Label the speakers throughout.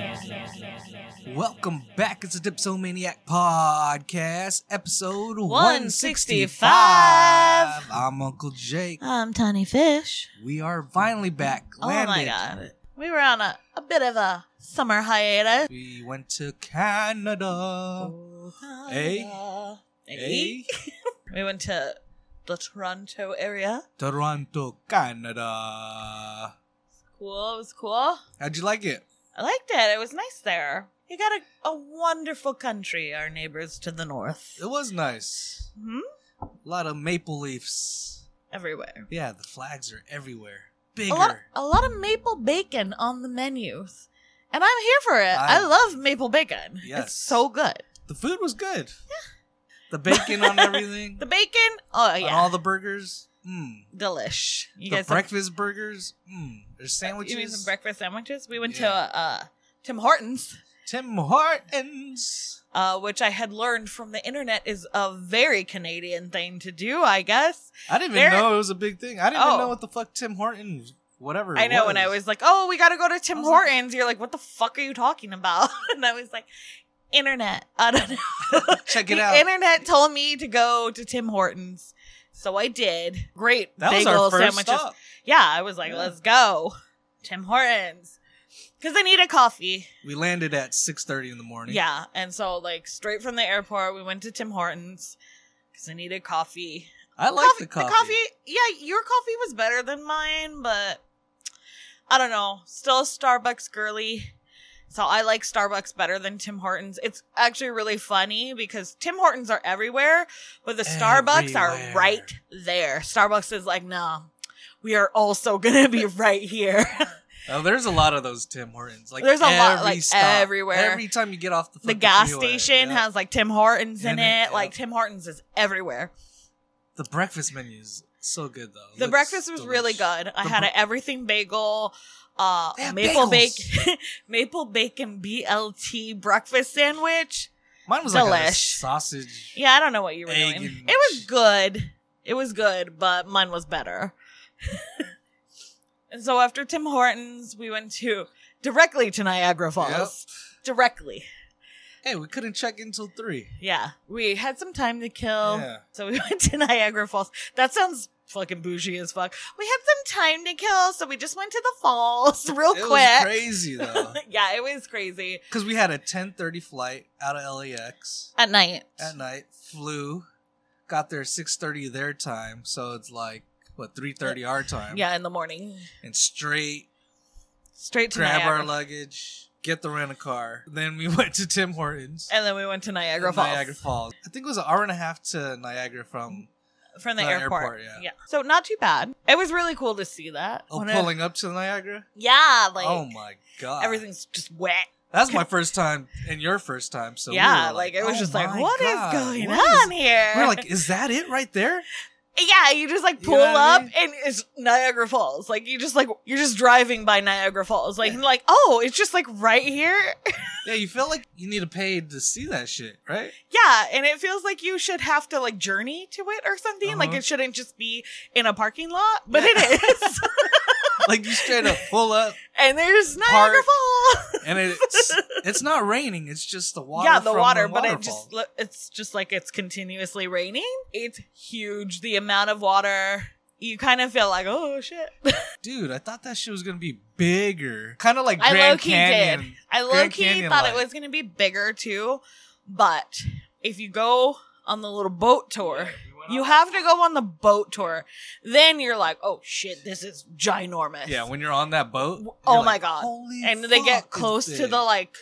Speaker 1: Dipsomaniac.
Speaker 2: Welcome back. It's the Dipsomaniac Podcast, episode
Speaker 1: 165.
Speaker 2: 165. I'm Uncle Jake.
Speaker 1: I'm Tiny Fish.
Speaker 2: We are finally back.
Speaker 1: Oh my
Speaker 2: Landed.
Speaker 1: God. We were on a, a bit of a summer hiatus.
Speaker 2: We went to Canada. Eh? Hey.
Speaker 1: Hey. We went to the Toronto area.
Speaker 2: Toronto, Canada.
Speaker 1: Cool. It was cool.
Speaker 2: How'd you like it?
Speaker 1: I liked it. It was nice there. You got a, a wonderful country, our neighbors to the north.
Speaker 2: It was nice.
Speaker 1: Hmm?
Speaker 2: A lot of maple leaves.
Speaker 1: Everywhere.
Speaker 2: Yeah, the flags are everywhere.
Speaker 1: A lot,
Speaker 2: Bigger.
Speaker 1: a lot of maple bacon on the menus. And I'm here for it. I,
Speaker 2: I-
Speaker 1: love maple bacon. It's
Speaker 2: Yes.
Speaker 1: so good.
Speaker 2: The food was good. The bacon on everything.
Speaker 1: The bacon, oh
Speaker 2: on
Speaker 1: yeah.
Speaker 2: all the burgers. Mm.
Speaker 1: delish. You
Speaker 2: the
Speaker 1: guys
Speaker 2: breakfast burgers. Mm. There's
Speaker 1: have, You mean
Speaker 2: sandwiches.
Speaker 1: some breakfast sandwiches? We went to
Speaker 2: Yeah.
Speaker 1: uh, uh, Tim Hortons,
Speaker 2: Tim Hortons.
Speaker 1: uh, which I had learned from the internet is a very Canadian thing to do, I guess.
Speaker 2: I didn't
Speaker 1: They're-
Speaker 2: even know it was a big thing. I didn't
Speaker 1: Oh.
Speaker 2: even know what the fuck Tim Hortons. Whatever.
Speaker 1: I
Speaker 2: it
Speaker 1: know, and I was like, "Oh, we got to go to Tim
Speaker 2: I was like-
Speaker 1: Hortons." You're like, "What the fuck are you talking about?" And I was like, "Internet, I don't know."
Speaker 2: check it
Speaker 1: the
Speaker 2: out.
Speaker 1: internet told me to go to Tim Hortons, so I did. Great
Speaker 2: that was
Speaker 1: bagel
Speaker 2: our first
Speaker 1: sandwiches.
Speaker 2: stop.
Speaker 1: Yeah, I was like,
Speaker 2: Yeah.
Speaker 1: "Let's go, Tim Hortons," because I need a coffee.
Speaker 2: We landed at 6:30 in the morning.
Speaker 1: Yeah, and so like straight from the airport, we went to Tim Hortons because I needed coffee.
Speaker 2: I like the coffee.
Speaker 1: The coffee, yeah, your coffee was better than mine, but I don't know. Still a Starbucks girly, so I like Starbucks better than Tim Hortons. It's actually really funny because Tim Hortons are everywhere, but the Starbucks
Speaker 2: Everywhere.
Speaker 1: are right there. Starbucks is like, nah, we are also gonna be right here.
Speaker 2: Oh, there's a lot of those Tim Hortons. Like
Speaker 1: There's a lot,
Speaker 2: every
Speaker 1: like,
Speaker 2: stop.
Speaker 1: everywhere.
Speaker 2: Every time you get off the
Speaker 1: the
Speaker 2: fucking
Speaker 1: gas
Speaker 2: freeway.
Speaker 1: station
Speaker 2: Yeah.
Speaker 1: has like Tim Hortons in
Speaker 2: And
Speaker 1: it.
Speaker 2: it-
Speaker 1: Like
Speaker 2: yeah.
Speaker 1: Tim Hortons is everywhere.
Speaker 2: the breakfast menu is so good though. It
Speaker 1: The
Speaker 2: looks
Speaker 1: breakfast was really
Speaker 2: delish.
Speaker 1: good. I
Speaker 2: The
Speaker 1: had
Speaker 2: bre-
Speaker 1: an everything bagel, uh,
Speaker 2: They have
Speaker 1: maple
Speaker 2: bagels.
Speaker 1: bacon, maple bacon BLT breakfast sandwich.
Speaker 2: Mine was like a
Speaker 1: Delish.
Speaker 2: sausage.
Speaker 1: Yeah, I don't know what you were
Speaker 2: Egg
Speaker 1: doing.
Speaker 2: and-
Speaker 1: It was good. It was good, but mine was better. and so after Tim Hortons, we went to directly to Niagara Falls. Directly,
Speaker 2: Hey, we couldn't check in till three.
Speaker 1: yeah. We had some time to kill.
Speaker 2: Yeah.
Speaker 1: So we went to Niagara Falls. That sounds fucking bougie as fuck. We had some time to kill, so we just went to the falls real
Speaker 2: It was
Speaker 1: quick.
Speaker 2: crazy though,
Speaker 1: yeah, it was crazy.
Speaker 2: because we had a ten thirty flight out of LAX
Speaker 1: At night.
Speaker 2: at night. Flew, got there six thirty their time, so it's like what three thirty our time.
Speaker 1: yeah, in the morning.
Speaker 2: and straight
Speaker 1: Straight to
Speaker 2: grab
Speaker 1: Niagara.
Speaker 2: our luggage, get the rental car. Then we went to Tim Hortons.
Speaker 1: and then we went to Niagara Falls.
Speaker 2: Niagara Falls. I think it was an hour and a half to Niagara from
Speaker 1: From the,
Speaker 2: The
Speaker 1: airport.
Speaker 2: airport, yeah.
Speaker 1: So not too bad. It was really cool to see that.
Speaker 2: oh,
Speaker 1: When I-
Speaker 2: pulling up to Niagara.
Speaker 1: yeah, like
Speaker 2: oh my god,
Speaker 1: everything's just wet.
Speaker 2: That's my first time and your first time. So we
Speaker 1: yeah,
Speaker 2: were
Speaker 1: like, it was
Speaker 2: oh
Speaker 1: just like,
Speaker 2: my
Speaker 1: what is
Speaker 2: God,
Speaker 1: going
Speaker 2: what is-
Speaker 1: on here?
Speaker 2: We're like, is that it right there?
Speaker 1: Yeah, you just like
Speaker 2: You
Speaker 1: pull
Speaker 2: know what I
Speaker 1: up
Speaker 2: mean?
Speaker 1: and it's Niagara Falls. Like you just like you're just driving by Niagara Falls. Like and like, oh, it's just like right here.
Speaker 2: Yeah, you feel like you need to pay to see that shit, right?
Speaker 1: Yeah, and it feels like you should have to like journey to it or something. Like
Speaker 2: Uh-huh.
Speaker 1: it shouldn't just be in a parking lot, but
Speaker 2: Yeah.
Speaker 1: it is.
Speaker 2: like you straight up pull up,
Speaker 1: and there's Niagara
Speaker 2: Park.
Speaker 1: Falls.
Speaker 2: and it's it's not raining. It's just the water.
Speaker 1: yeah, the
Speaker 2: from
Speaker 1: water,
Speaker 2: the
Speaker 1: but it
Speaker 2: waterfall.
Speaker 1: just lo- it's just like it's continuously raining. It's huge the amount of water. You kind of feel like, oh shit.
Speaker 2: dude, I thought that shit was gonna be bigger, kind of like
Speaker 1: I
Speaker 2: Grand
Speaker 1: low-key
Speaker 2: Canyon.
Speaker 1: did. I low
Speaker 2: Grand
Speaker 1: key
Speaker 2: Canyon
Speaker 1: thought it
Speaker 2: light.
Speaker 1: was going to be bigger too, but if you go on the little boat tour, you have to go on the boat tour. Then you're like, oh shit, this is ginormous.
Speaker 2: Yeah, when you're on that boat.
Speaker 1: W-
Speaker 2: you're
Speaker 1: oh my
Speaker 2: like,
Speaker 1: God.
Speaker 2: "Holy
Speaker 1: and they
Speaker 2: fuck,
Speaker 1: get
Speaker 2: it's
Speaker 1: close to
Speaker 2: big."
Speaker 1: the like,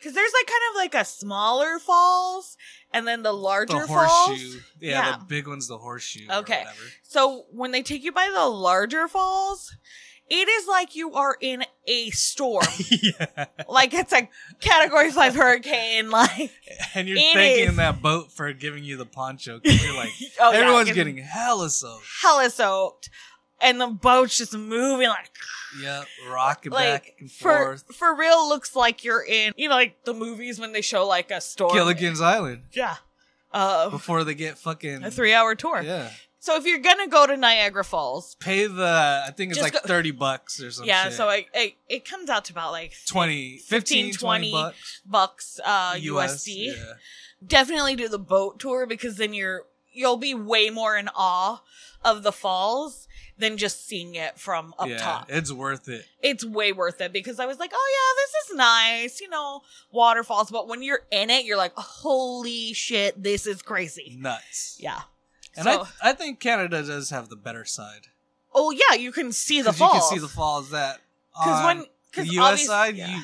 Speaker 1: because there's like kind of like a smaller falls and then the larger
Speaker 2: the
Speaker 1: falls.
Speaker 2: horseshoe. Yeah,
Speaker 1: Yeah.
Speaker 2: the big one's the horseshoe.
Speaker 1: Okay.
Speaker 2: Or whatever.
Speaker 1: So when they take you by the larger falls, it is like you are in a storm.
Speaker 2: yeah.
Speaker 1: like it's a category five hurricane. Like
Speaker 2: And you're
Speaker 1: It
Speaker 2: thanking
Speaker 1: is.
Speaker 2: that boat for giving you the poncho because you're like,
Speaker 1: Oh, yeah,
Speaker 2: everyone's
Speaker 1: it's
Speaker 2: getting hella soaked.
Speaker 1: hella soaked, and the boat's just moving like
Speaker 2: Yep, rocking back
Speaker 1: like
Speaker 2: and
Speaker 1: for
Speaker 2: forth.
Speaker 1: for real. Looks like you're in you know like the movies when they show like a storm.
Speaker 2: Gilligan's Island
Speaker 1: Yeah, uh,
Speaker 2: before they get fucking
Speaker 1: a three hour tour.
Speaker 2: Yeah,
Speaker 1: So if you're gonna go to Niagara Falls,
Speaker 2: Pay the, I think it's
Speaker 1: Just
Speaker 2: like
Speaker 1: go-
Speaker 2: 30 bucks or something.
Speaker 1: yeah, so it, it it comes out to about like
Speaker 2: 20, 15, 20
Speaker 1: 20
Speaker 2: bucks.
Speaker 1: bucks uh,
Speaker 2: US,
Speaker 1: USD.
Speaker 2: yeah.
Speaker 1: Definitely do the boat tour because then you're you'll be way more in awe of the falls than just seeing it from up
Speaker 2: yeah,
Speaker 1: top.
Speaker 2: It's worth it.
Speaker 1: it's way worth it because I was like, oh yeah, this is nice, you know, waterfalls. But when you're in it, you're like, holy shit, this is
Speaker 2: Mm.
Speaker 1: crazy.
Speaker 2: Nuts.
Speaker 1: Yeah.
Speaker 2: And
Speaker 1: so,
Speaker 2: I, I think Canada does have the better side.
Speaker 1: oh yeah, you can see the
Speaker 2: 'Cause you
Speaker 1: falls.
Speaker 2: can see the falls that
Speaker 1: Because
Speaker 2: on
Speaker 1: when,
Speaker 2: the
Speaker 1: because
Speaker 2: U.S. side,
Speaker 1: yeah,
Speaker 2: you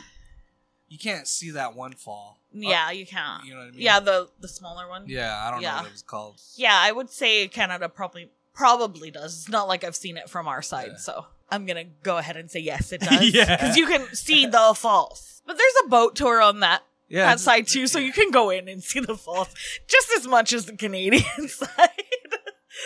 Speaker 2: you can't see that one fall. Uh,
Speaker 1: yeah, you can't.
Speaker 2: you know what I mean.
Speaker 1: Yeah, the the smaller one.
Speaker 2: yeah. I don't know
Speaker 1: Yeah.
Speaker 2: what it was called.
Speaker 1: Yeah, I would say Canada probably probably does. It's not like I've seen it from our side,
Speaker 2: Yeah.
Speaker 1: so I'm gonna go ahead and say yes, it does.
Speaker 2: Yeah.
Speaker 1: because you can see the falls. But there's a boat tour on that
Speaker 2: Yeah,
Speaker 1: that
Speaker 2: it's-
Speaker 1: side too, so you can go in and see the falls just as much as the Canadian side.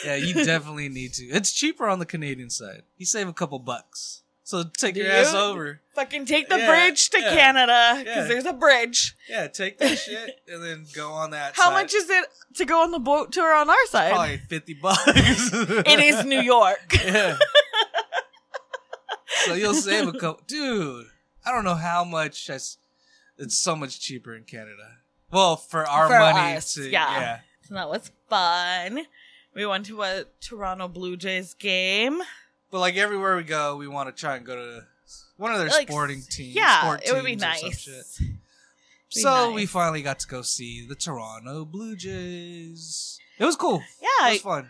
Speaker 2: yeah, you definitely need to. It's cheaper on the Canadian side. You save a couple bucks, so take
Speaker 1: Do
Speaker 2: your
Speaker 1: you?
Speaker 2: ass over.
Speaker 1: Fucking take the
Speaker 2: Yeah,
Speaker 1: bridge to
Speaker 2: yeah,
Speaker 1: Canada because
Speaker 2: yeah.
Speaker 1: there's a bridge.
Speaker 2: Yeah, take that shit and then go on that.
Speaker 1: How
Speaker 2: side.
Speaker 1: much is it to go on the boat tour on our side?
Speaker 2: Probably fifty bucks.
Speaker 1: It is New York.
Speaker 2: Yeah. so you'll save a couple, dude. I don't know how much. I s it's so much cheaper in Canada. Well, for our
Speaker 1: For
Speaker 2: money,
Speaker 1: us,
Speaker 2: to,
Speaker 1: yeah.
Speaker 2: yeah,
Speaker 1: So that was fun. We went to a Toronto Blue Jays game.
Speaker 2: But like everywhere we go, we want to try and go to one of their
Speaker 1: Like,
Speaker 2: sporting teams.
Speaker 1: Yeah,
Speaker 2: sport
Speaker 1: it would be
Speaker 2: teams or some
Speaker 1: nice.
Speaker 2: shit.
Speaker 1: Be
Speaker 2: So
Speaker 1: nice.
Speaker 2: we finally got to go see the Toronto Blue Jays. It was cool.
Speaker 1: Yeah,
Speaker 2: it was fun.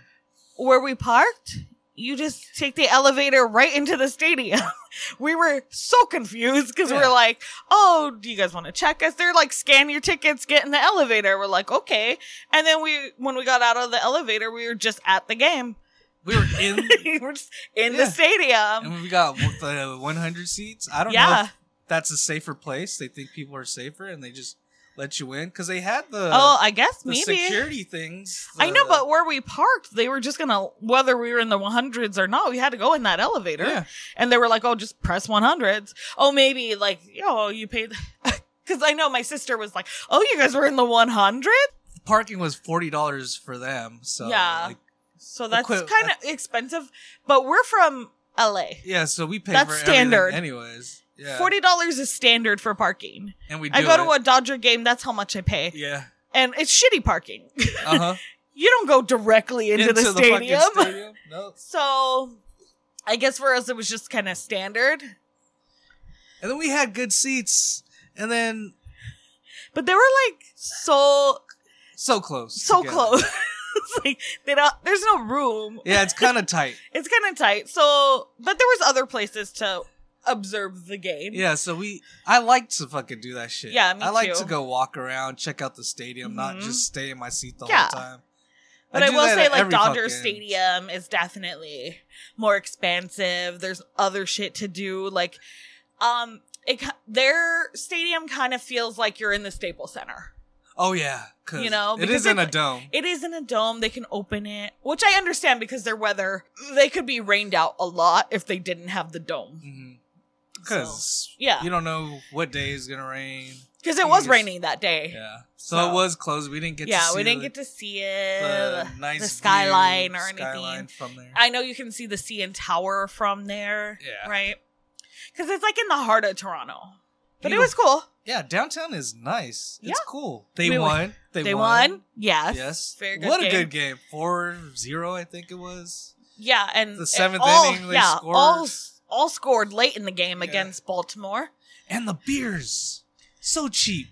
Speaker 1: where we parked, you just take the elevator right into the stadium. we were so confused because we
Speaker 2: Yeah.
Speaker 1: are like, oh, do you guys want to check us? They're like, scan your tickets, get in the elevator. We're like, okay. And then we, when we got out of the elevator, we were just at the game.
Speaker 2: We were in,
Speaker 1: we were just in
Speaker 2: Yeah.
Speaker 1: the stadium.
Speaker 2: and we got the 100 seats. I don't know
Speaker 1: Yeah.
Speaker 2: if that's a safer place. They think people are safer, and they just let you in because they had the
Speaker 1: oh, I guess
Speaker 2: the
Speaker 1: maybe.
Speaker 2: security things.
Speaker 1: I know,
Speaker 2: the-
Speaker 1: but where we parked, they were just gonna whether we were in the 100s or not, we had to go in that elevator.
Speaker 2: yeah,
Speaker 1: And they were like, oh, just press 100s. Oh, maybe like, yo, you paid. Cause I know my sister was like, oh, you guys were in the 100?
Speaker 2: the parking was forty dollars for them. So
Speaker 1: Yeah.
Speaker 2: like,
Speaker 1: So that's
Speaker 2: Equi-
Speaker 1: kind of expensive. But we're from LA.
Speaker 2: yeah. So we paid
Speaker 1: That's
Speaker 2: for
Speaker 1: standard.
Speaker 2: Everything anyways. Yeah,
Speaker 1: $40 is standard for parking.
Speaker 2: and we. Do
Speaker 1: I go to
Speaker 2: it.
Speaker 1: a Dodger game, that's how much I pay.
Speaker 2: Yeah.
Speaker 1: And it's shitty parking.
Speaker 2: Uh huh.
Speaker 1: you don't go directly into, the, stadium.
Speaker 2: stadium. No.
Speaker 1: So I guess for us, it was just kind of standard.
Speaker 2: And then we had good seats, and then
Speaker 1: But they were like so,
Speaker 2: so close.
Speaker 1: so
Speaker 2: together.
Speaker 1: close. it's like, they don't, there's no room.
Speaker 2: Yeah, it's kind of tight.
Speaker 1: It's kind of tight. So, but there was other places to observe the game.
Speaker 2: Yeah, so we I like to fucking do that shit.
Speaker 1: Yeah, me
Speaker 2: I like
Speaker 1: too.
Speaker 2: to go walk around, check out the stadium, not
Speaker 1: Mhm.
Speaker 2: just stay in my seat the
Speaker 1: Yeah.
Speaker 2: whole time.
Speaker 1: But I,
Speaker 2: do
Speaker 1: will
Speaker 2: that
Speaker 1: say,
Speaker 2: at
Speaker 1: like
Speaker 2: every
Speaker 1: Dodger
Speaker 2: fucking-
Speaker 1: Stadium is definitely more expansive. There's other shit to do. Like, um, it ki- their stadium kind of feels like you're in the Staples Center.
Speaker 2: Oh yeah, 'cause
Speaker 1: You know,
Speaker 2: it
Speaker 1: because
Speaker 2: is in a
Speaker 1: it's-
Speaker 2: dome.
Speaker 1: It is in a dome. They can open it, which I understand because their weather. They could be rained out a lot if they didn't have the dome.
Speaker 2: Because
Speaker 1: Yeah,
Speaker 2: Mm-hmm. you don't know what day is gonna rain.
Speaker 1: because it was
Speaker 2: Yes.
Speaker 1: raining that day.
Speaker 2: Yeah, so,
Speaker 1: So-
Speaker 2: it was closed. We didn't get.
Speaker 1: Yeah,
Speaker 2: to see
Speaker 1: we didn't
Speaker 2: the,
Speaker 1: get to see it.
Speaker 2: the nice
Speaker 1: the skyline
Speaker 2: view,
Speaker 1: or
Speaker 2: skyline
Speaker 1: anything.
Speaker 2: from there.
Speaker 1: I know you can see the CN Tower from there,
Speaker 2: Yeah.
Speaker 1: right? Because it's like in the heart of Toronto. But
Speaker 2: Beautiful.
Speaker 1: it was cool.
Speaker 2: yeah, downtown is nice. It's
Speaker 1: Yeah.
Speaker 2: cool. They
Speaker 1: We won.
Speaker 2: won. They,
Speaker 1: They, won. Yes.
Speaker 2: Yes.
Speaker 1: Very good
Speaker 2: what
Speaker 1: game.
Speaker 2: a good game. 4-0, I think it was.
Speaker 1: Yeah, and
Speaker 2: The seventh
Speaker 1: and all,
Speaker 2: inning, they
Speaker 1: yeah,
Speaker 2: scored.
Speaker 1: all all scored late in the game
Speaker 2: Yeah.
Speaker 1: against Baltimore.
Speaker 2: And the beers, so cheap.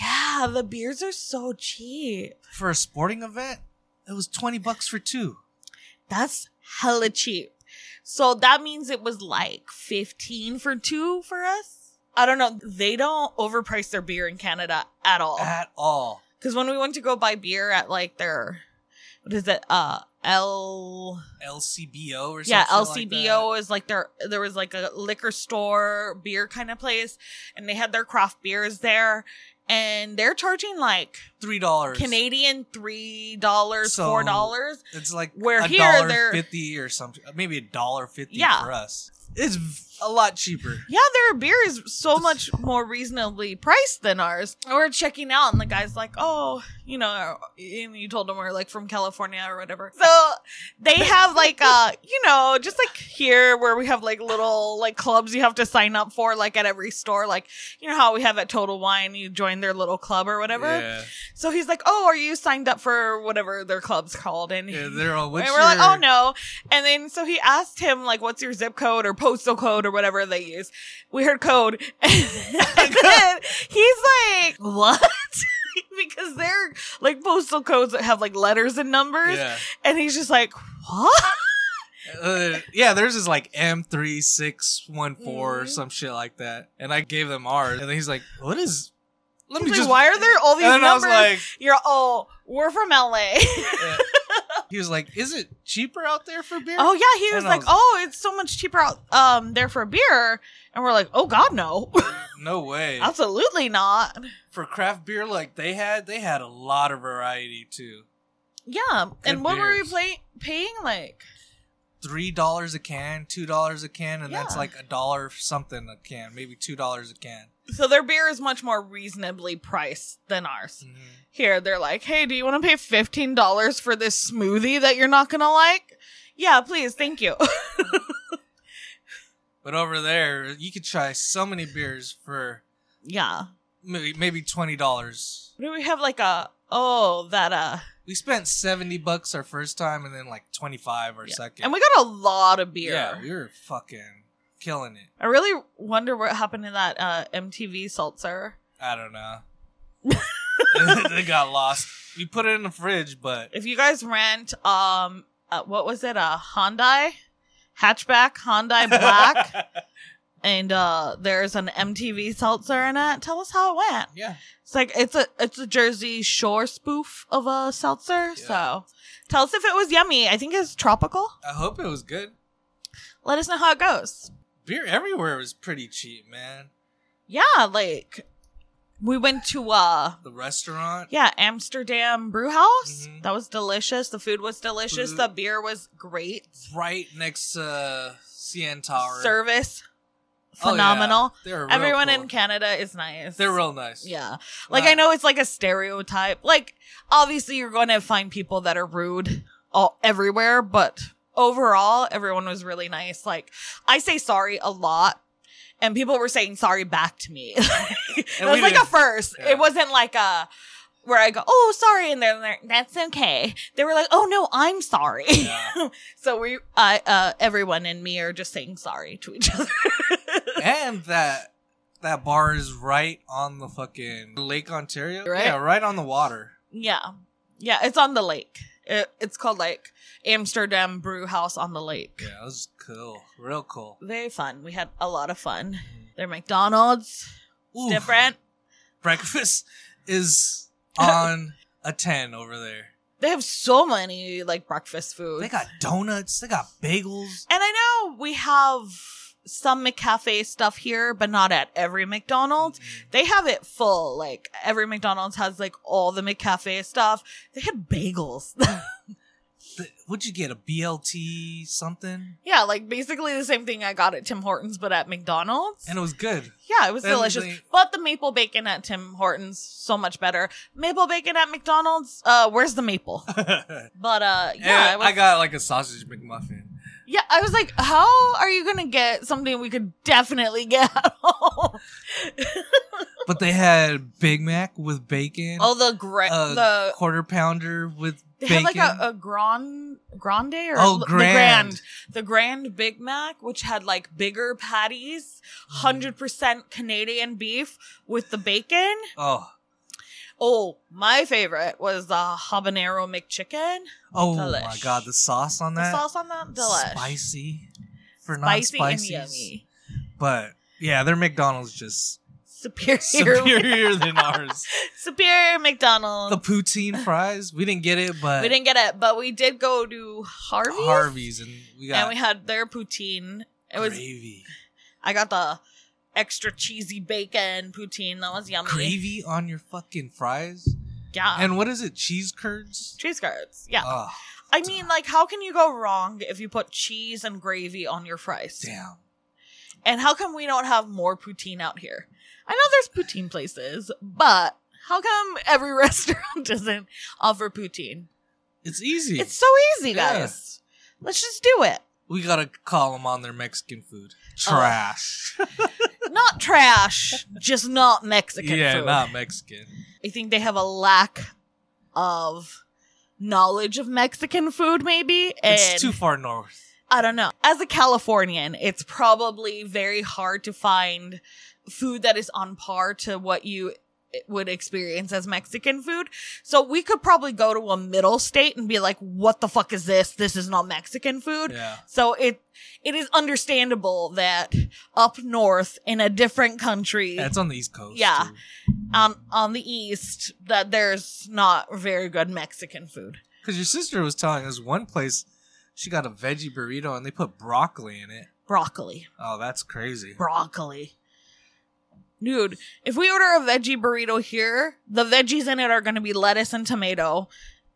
Speaker 1: Yeah, the beers are so cheap.
Speaker 2: for a sporting event, it was 20 bucks for two.
Speaker 1: That's hella cheap. So that means it was like 15 for 2 for us. I don't know. They don't overprice their beer in Canada at all.
Speaker 2: At all.
Speaker 1: Because when we went to go buy beer at like their, what is it? Uh, L.
Speaker 2: LCBO or something.
Speaker 1: Yeah,
Speaker 2: like that.
Speaker 1: LCBO is like their. There was like a liquor store beer kind of place, and they had their craft beers there, and they're charging like
Speaker 2: Three dollars.
Speaker 1: Canadian three dollars,
Speaker 2: So-
Speaker 1: four dollars.
Speaker 2: It's like
Speaker 1: Where
Speaker 2: a
Speaker 1: here
Speaker 2: dollar
Speaker 1: they're-
Speaker 2: fifty or something. Maybe a dollar fifty
Speaker 1: Yeah.
Speaker 2: for us. It's v- a lot cheaper.
Speaker 1: Yeah, their beer is so much more reasonably priced than ours. And We're checking out, and the guy's like, "Oh, you know," and you told him we're like from California or whatever. So they have like, uh, you know, just like here where we have like little like clubs you have to sign up for, like at every store, like you know how we have at Total Wine, you join their little club or whatever.
Speaker 2: Yeah.
Speaker 1: So he's like, "Oh, are you signed up for whatever their club's called?" And
Speaker 2: yeah, they're all. What's
Speaker 1: and we're like,
Speaker 2: your-
Speaker 1: oh no. And then so he asked him, like, what's your zip code or postal code or whatever they use. We heard code. and then he's like, what? because they're like postal codes that have like letters and numbers.
Speaker 2: Yeah.
Speaker 1: And he's just like, what?
Speaker 2: Uh, yeah, theirs is like M3614 or
Speaker 1: Mhm.
Speaker 2: some shit like that. And I gave them ours. And he's like, what is. Let
Speaker 1: He's like, why are there all these
Speaker 2: And then I was
Speaker 1: numbers?
Speaker 2: like,
Speaker 1: You're, oh, we're from LA.
Speaker 2: he was like, is it cheaper out there for beer?
Speaker 1: oh, yeah. He was
Speaker 2: And I
Speaker 1: like,
Speaker 2: was-
Speaker 1: oh, it's so much cheaper out um, there for beer. And we're like, oh, God, no.
Speaker 2: No way.
Speaker 1: Absolutely not.
Speaker 2: For craft beer, like they had, they had a lot of variety too.
Speaker 1: Yeah, and what were we
Speaker 2: beers.
Speaker 1: play- paying like?
Speaker 2: Three dollars a can, two dollars a can, and that's
Speaker 1: Yeah.
Speaker 2: like a dollar something a can, maybe two dollars a can.
Speaker 1: So their beer is much more reasonably priced than ours. Here, they're like, "Hey, do you want to pay fifteen dollars for this smoothie that you're not gonna like?" Yeah, please, thank you.
Speaker 2: But over there, you could try so many beers for
Speaker 1: yeah,
Speaker 2: maybe, maybe twenty dollars.
Speaker 1: what do we have like a? Oh, that uh,
Speaker 2: We spent seventy bucks our first time, and then like twenty five our
Speaker 1: Yeah.
Speaker 2: second.
Speaker 1: and we got a lot of beer.
Speaker 2: yeah, we were fucking killing it.
Speaker 1: I really wonder what happened to that uh, MTV seltzer.
Speaker 2: I don't know. they got lost. We put it in the fridge, but
Speaker 1: If you guys rent, um, uh, what was it? A Hyundai hatchback, Hyundai Black. and uh there's an MTV seltzer in it. Tell us how it went.
Speaker 2: yeah,
Speaker 1: It's like it's a it's a Jersey Shore spoof of a seltzer.
Speaker 2: Yeah.
Speaker 1: So tell us if it was yummy. I think it's tropical.
Speaker 2: I hope it was good.
Speaker 1: Let us know how it goes.
Speaker 2: Beer everywhere was pretty cheap, man.
Speaker 1: Yeah, like we went to uh
Speaker 2: The restaurant,
Speaker 1: yeah, Amsterdam Brew House.
Speaker 2: Mhm.
Speaker 1: That was delicious. The food was delicious.
Speaker 2: Food.
Speaker 1: The beer was great.
Speaker 2: right next to CN Tower.
Speaker 1: Service
Speaker 2: Oh, yeah.
Speaker 1: phenomenal.
Speaker 2: They're real
Speaker 1: Everyone
Speaker 2: cool.
Speaker 1: in Canada is nice.
Speaker 2: They're real nice.
Speaker 1: Yeah. Like
Speaker 2: Wow.
Speaker 1: I know it's like a stereotype. Like obviously you're going to find people that are rude all everywhere, but overall everyone was really nice. Like I say sorry a lot. And people were saying sorry back to me. it
Speaker 2: And
Speaker 1: was
Speaker 2: we
Speaker 1: like a
Speaker 2: didn't-
Speaker 1: first.
Speaker 2: yeah.
Speaker 1: It wasn't like a where I go, oh sorry, and then they're that's okay. They were like, oh no, I'm sorry.
Speaker 2: Yeah.
Speaker 1: so we, I, uh, everyone and me are just saying sorry to each other.
Speaker 2: and that that bar is right on the fucking Lake Ontario.
Speaker 1: Right?
Speaker 2: Yeah, right on the water.
Speaker 1: Yeah. Yeah, it's on the lake. It, it's called like Amsterdam Brew House on the Lake.
Speaker 2: Yeah, it was cool. Real cool.
Speaker 1: Very fun. We had a lot of fun. Their McDonald's
Speaker 2: Ooh,
Speaker 1: different.
Speaker 2: Breakfast is on a ten over there.
Speaker 1: They have so many like breakfast foods.
Speaker 2: They got donuts. They got bagels.
Speaker 1: And I know we have some McCafe stuff here, but not at every McDonald's. They have it full. Like every McDonald's has like all the McCafe stuff. They had bagels.
Speaker 2: Th- What'd you get? A BLT something?
Speaker 1: yeah, like basically the same thing I got at Tim Hortons, but at McDonald's.
Speaker 2: And it was good.
Speaker 1: Yeah, it was
Speaker 2: And
Speaker 1: delicious.
Speaker 2: they-
Speaker 1: but the maple bacon at Tim Hortons so much better. Maple bacon at McDonald's. Uh, where's the maple? But uh, yeah,
Speaker 2: yeah,
Speaker 1: I, was,
Speaker 2: I got like a sausage McMuffin.
Speaker 1: yeah, I was like, how are you gonna get something we could definitely get at home?
Speaker 2: But they had Big Mac with bacon.
Speaker 1: oh, the gra-
Speaker 2: a
Speaker 1: the
Speaker 2: quarter pounder with
Speaker 1: they
Speaker 2: uh, bacon.
Speaker 1: have like a, a grand grande or
Speaker 2: oh,
Speaker 1: l-
Speaker 2: grand.
Speaker 1: the grand the grand Big Mac, which had like bigger patties,
Speaker 2: Mm.
Speaker 1: hundred percent Canadian beef with the bacon.
Speaker 2: Oh,
Speaker 1: Oh, my favorite was the habanero McChicken.
Speaker 2: oh
Speaker 1: Delish.
Speaker 2: my god, the sauce on
Speaker 1: The
Speaker 2: that
Speaker 1: sauce on that, delish.
Speaker 2: spicy for non
Speaker 1: Spicy and
Speaker 2: spicy.
Speaker 1: yummy.
Speaker 2: But yeah, their McDonald's just
Speaker 1: Superior, superior,
Speaker 2: superior than ours.
Speaker 1: McDonald's.
Speaker 2: The poutine fries, we didn't get it, but
Speaker 1: we didn't get it, but we did go to Harvey's,
Speaker 2: Harvey's and we got
Speaker 1: and we had their poutine. It was
Speaker 2: gravy,
Speaker 1: I got the extra cheesy bacon poutine. That was yummy.
Speaker 2: gravy on your fucking fries.
Speaker 1: Yeah,
Speaker 2: and what is it? Cheese curds.
Speaker 1: cheese curds. Yeah,
Speaker 2: Oh,
Speaker 1: I mean, like, how can you go wrong if you put cheese and gravy on your fries?
Speaker 2: damn.
Speaker 1: And how come we don't have more poutine out here? I know there's poutine places, but how come every restaurant doesn't offer poutine?
Speaker 2: It's easy.
Speaker 1: It's so easy,
Speaker 2: Yeah.
Speaker 1: guys. Let's just do it.
Speaker 2: we gotta call them on their Mexican food.
Speaker 1: Oh,
Speaker 2: Trash.
Speaker 1: Not trash, just not Mexican
Speaker 2: yeah,
Speaker 1: food.
Speaker 2: not Mexican.
Speaker 1: I think they have a lack of knowledge of Mexican food, maybe. And
Speaker 2: It's too far north.
Speaker 1: I don't know. As a Californian, it's probably very hard to find food that is on par to what you would experience as Mexican food. So we could probably go to a middle state and be like, what the fuck is this? This is not Mexican food.
Speaker 2: Yeah.
Speaker 1: So it it is understandable that up north in a different country
Speaker 2: yeah. It's on the East Coast.
Speaker 1: Yeah.
Speaker 2: too.
Speaker 1: on on the east that there's not very good Mexican food.
Speaker 2: Because your sister was telling us one place she got a veggie burrito and they put broccoli in it.
Speaker 1: Broccoli.
Speaker 2: Oh, that's crazy.
Speaker 1: Broccoli. Dude, if we order a veggie burrito here, the veggies in it are going to be lettuce and tomato,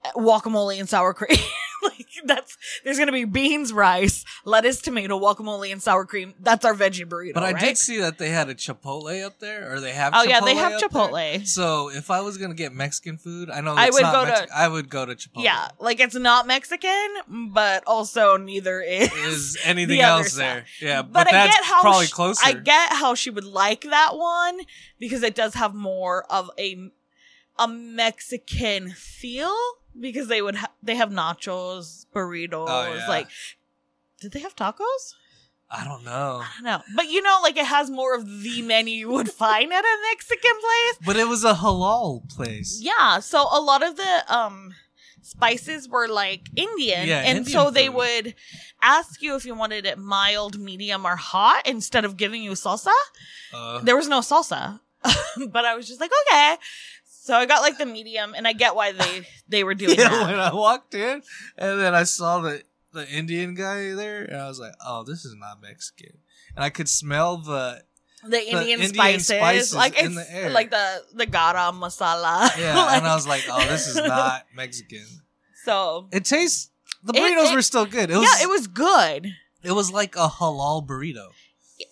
Speaker 1: uh, guacamole and sour cream. like that's there's going to be beans, rice, lettuce, tomato, guacamole and sour cream. That's our veggie burrito,
Speaker 2: But I
Speaker 1: right?
Speaker 2: did see that they had a Chipotle up there, or they have.
Speaker 1: oh yeah, they have
Speaker 2: up there.
Speaker 1: Chipotle.
Speaker 2: So if I was gonna get Mexican food, I know
Speaker 1: I
Speaker 2: it's
Speaker 1: would
Speaker 2: not
Speaker 1: go to-
Speaker 2: Mexican- I would go to Chipotle.
Speaker 1: Yeah, like it's not Mexican, but also neither is.
Speaker 2: Is anything
Speaker 1: The other
Speaker 2: else there? Yeah, but,
Speaker 1: but I
Speaker 2: that's
Speaker 1: get how
Speaker 2: probably
Speaker 1: sh-
Speaker 2: closer.
Speaker 1: I get how she would like that one because it does have more of a a Mexican feel because they would ha- they have nachos, burritos,
Speaker 2: Oh, yeah.
Speaker 1: like did they have tacos?
Speaker 2: I don't know.
Speaker 1: I don't know. But you know, like it has more of the menu you would find at a Mexican place.
Speaker 2: But it was a halal place.
Speaker 1: Yeah, so a lot of the um spices were like Indian,
Speaker 2: Yeah,
Speaker 1: and
Speaker 2: Indian
Speaker 1: so they
Speaker 2: food.
Speaker 1: would ask you if you wanted it mild, medium, or hot instead of giving you salsa.
Speaker 2: Uh,
Speaker 1: There was no salsa, but I was just like, okay. So I got like the medium, and I get why they they were doing
Speaker 2: yeah,
Speaker 1: that.
Speaker 2: when I walked in, and then I saw the the Indian guy there, and I was like, "Oh, this is not Mexican." And I could smell the
Speaker 1: The Indian,
Speaker 2: Indian
Speaker 1: spices,
Speaker 2: spices
Speaker 1: like
Speaker 2: in
Speaker 1: it's
Speaker 2: the air.
Speaker 1: like the the garam masala.
Speaker 2: yeah, and I was like, "Oh, this is not Mexican."
Speaker 1: so
Speaker 2: It tastes. The
Speaker 1: It-
Speaker 2: burritos
Speaker 1: it-
Speaker 2: were still good. It was,
Speaker 1: yeah, it was good.
Speaker 2: it was like a halal burrito.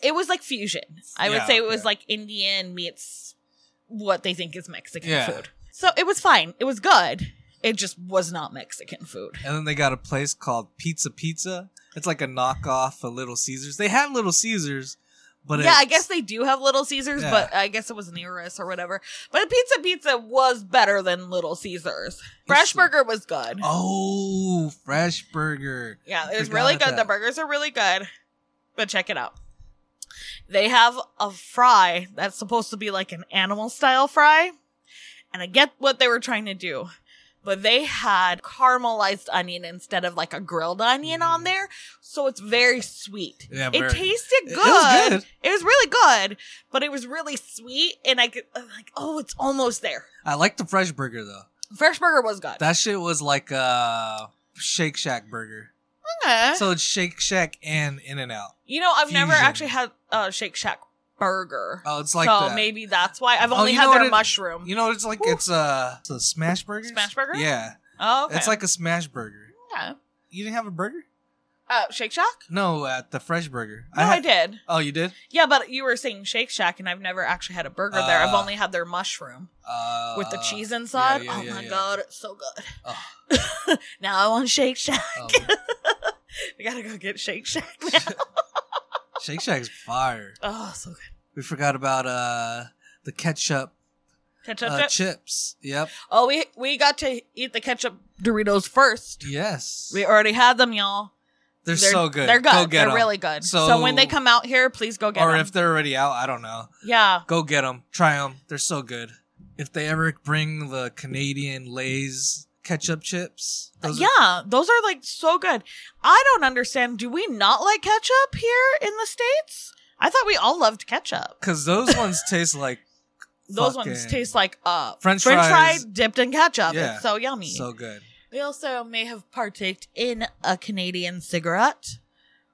Speaker 1: It was like fusion. I would
Speaker 2: Yeah,
Speaker 1: say it was
Speaker 2: yeah.
Speaker 1: like Indian meets what they think is Mexican
Speaker 2: Yeah.
Speaker 1: food. So it was fine. It was good. It just was not Mexican food.
Speaker 2: And then they got a place called Pizza Pizza. It's like a knockoff of Little Caesars. They have Little Caesars, but
Speaker 1: yeah, I
Speaker 2: it's-
Speaker 1: guess they do have Little Caesars,
Speaker 2: Yeah.
Speaker 1: but I guess it was near us or whatever. But Pizza Pizza was better than Little Caesars. Fresh
Speaker 2: Listen.
Speaker 1: Burger was good.
Speaker 2: Oh, Fresh Burger.
Speaker 1: yeah, it was
Speaker 2: forgot
Speaker 1: really
Speaker 2: about
Speaker 1: good. The
Speaker 2: that.
Speaker 1: burgers are really good. But check it out. They have a fry that's supposed to be like an animal style fry. And I get what they were trying to do. But they had caramelized onion instead of like a grilled onion on
Speaker 2: Mm.
Speaker 1: there. So it's very sweet.
Speaker 2: Yeah,
Speaker 1: It
Speaker 2: very-
Speaker 1: tasted
Speaker 2: It- It
Speaker 1: good.
Speaker 2: was good.
Speaker 1: It was really good, but it was really sweet, and I could I'm like, oh, it's almost there.
Speaker 2: I like the Fresh Burger though.
Speaker 1: Fresh burger was good.
Speaker 2: That shit was like a Shake Shack burger.
Speaker 1: Okay.
Speaker 2: So it's Shake Shack and In and Out.
Speaker 1: you know, I've never
Speaker 2: Fusion.
Speaker 1: actually had a Shake Shack burger,
Speaker 2: Oh, it's like
Speaker 1: so
Speaker 2: that.
Speaker 1: maybe that's why I've
Speaker 2: Oh,
Speaker 1: only
Speaker 2: you know
Speaker 1: had
Speaker 2: what
Speaker 1: their
Speaker 2: it-
Speaker 1: mushroom.
Speaker 2: You know, it's like
Speaker 1: Ooh.
Speaker 2: it's a, it's a smash burger.
Speaker 1: Smash burger?
Speaker 2: Yeah,
Speaker 1: oh, okay.
Speaker 2: it's like a smash burger.
Speaker 1: Okay.
Speaker 2: You didn't have a burger?
Speaker 1: uh, Shake Shack.
Speaker 2: No, at the Fresh Burger.
Speaker 1: No, I,
Speaker 2: had-
Speaker 1: did.
Speaker 2: Oh, you did?
Speaker 1: Yeah, but you were saying Shake Shack, and I've never actually had a burger there. I've
Speaker 2: Uh,
Speaker 1: only had their mushroom
Speaker 2: Uh,
Speaker 1: with the cheese inside.
Speaker 2: yeah,
Speaker 1: oh
Speaker 2: yeah,
Speaker 1: my
Speaker 2: yeah.
Speaker 1: god, it's so good.
Speaker 2: Oh.
Speaker 1: now I want Shake Shack.
Speaker 2: um,
Speaker 1: We gotta go get Shake Shack now.
Speaker 2: Shake Shack's fire.
Speaker 1: oh, so good.
Speaker 2: We forgot about uh the ketchup
Speaker 1: Ketchup
Speaker 2: uh,
Speaker 1: chips.
Speaker 2: chips. Yep.
Speaker 1: Oh, we we got to eat the ketchup Doritos first.
Speaker 2: Yes.
Speaker 1: We already had them, y'all.
Speaker 2: they're, so good.
Speaker 1: They're good.
Speaker 2: Go get
Speaker 1: they're
Speaker 2: 'em.
Speaker 1: really good. So,
Speaker 2: So-
Speaker 1: when they come out here, please go get
Speaker 2: Or
Speaker 1: them.
Speaker 2: if they're already out, I don't know.
Speaker 1: yeah.
Speaker 2: Go get them. Try them. They're so good. If they ever bring the Canadian Lay's ketchup chips, those are-
Speaker 1: yeah, those are like so good. I don't understand. Do we not like ketchup here in the States? I thought we all loved ketchup.
Speaker 2: Cause those ones taste like
Speaker 1: Those ones
Speaker 2: Fucking
Speaker 1: taste like uh
Speaker 2: French
Speaker 1: fry
Speaker 2: fries.
Speaker 1: dipped in ketchup.
Speaker 2: Yeah.
Speaker 1: It's so yummy.
Speaker 2: so good.
Speaker 1: we also may have partaked in a Canadian cigarette.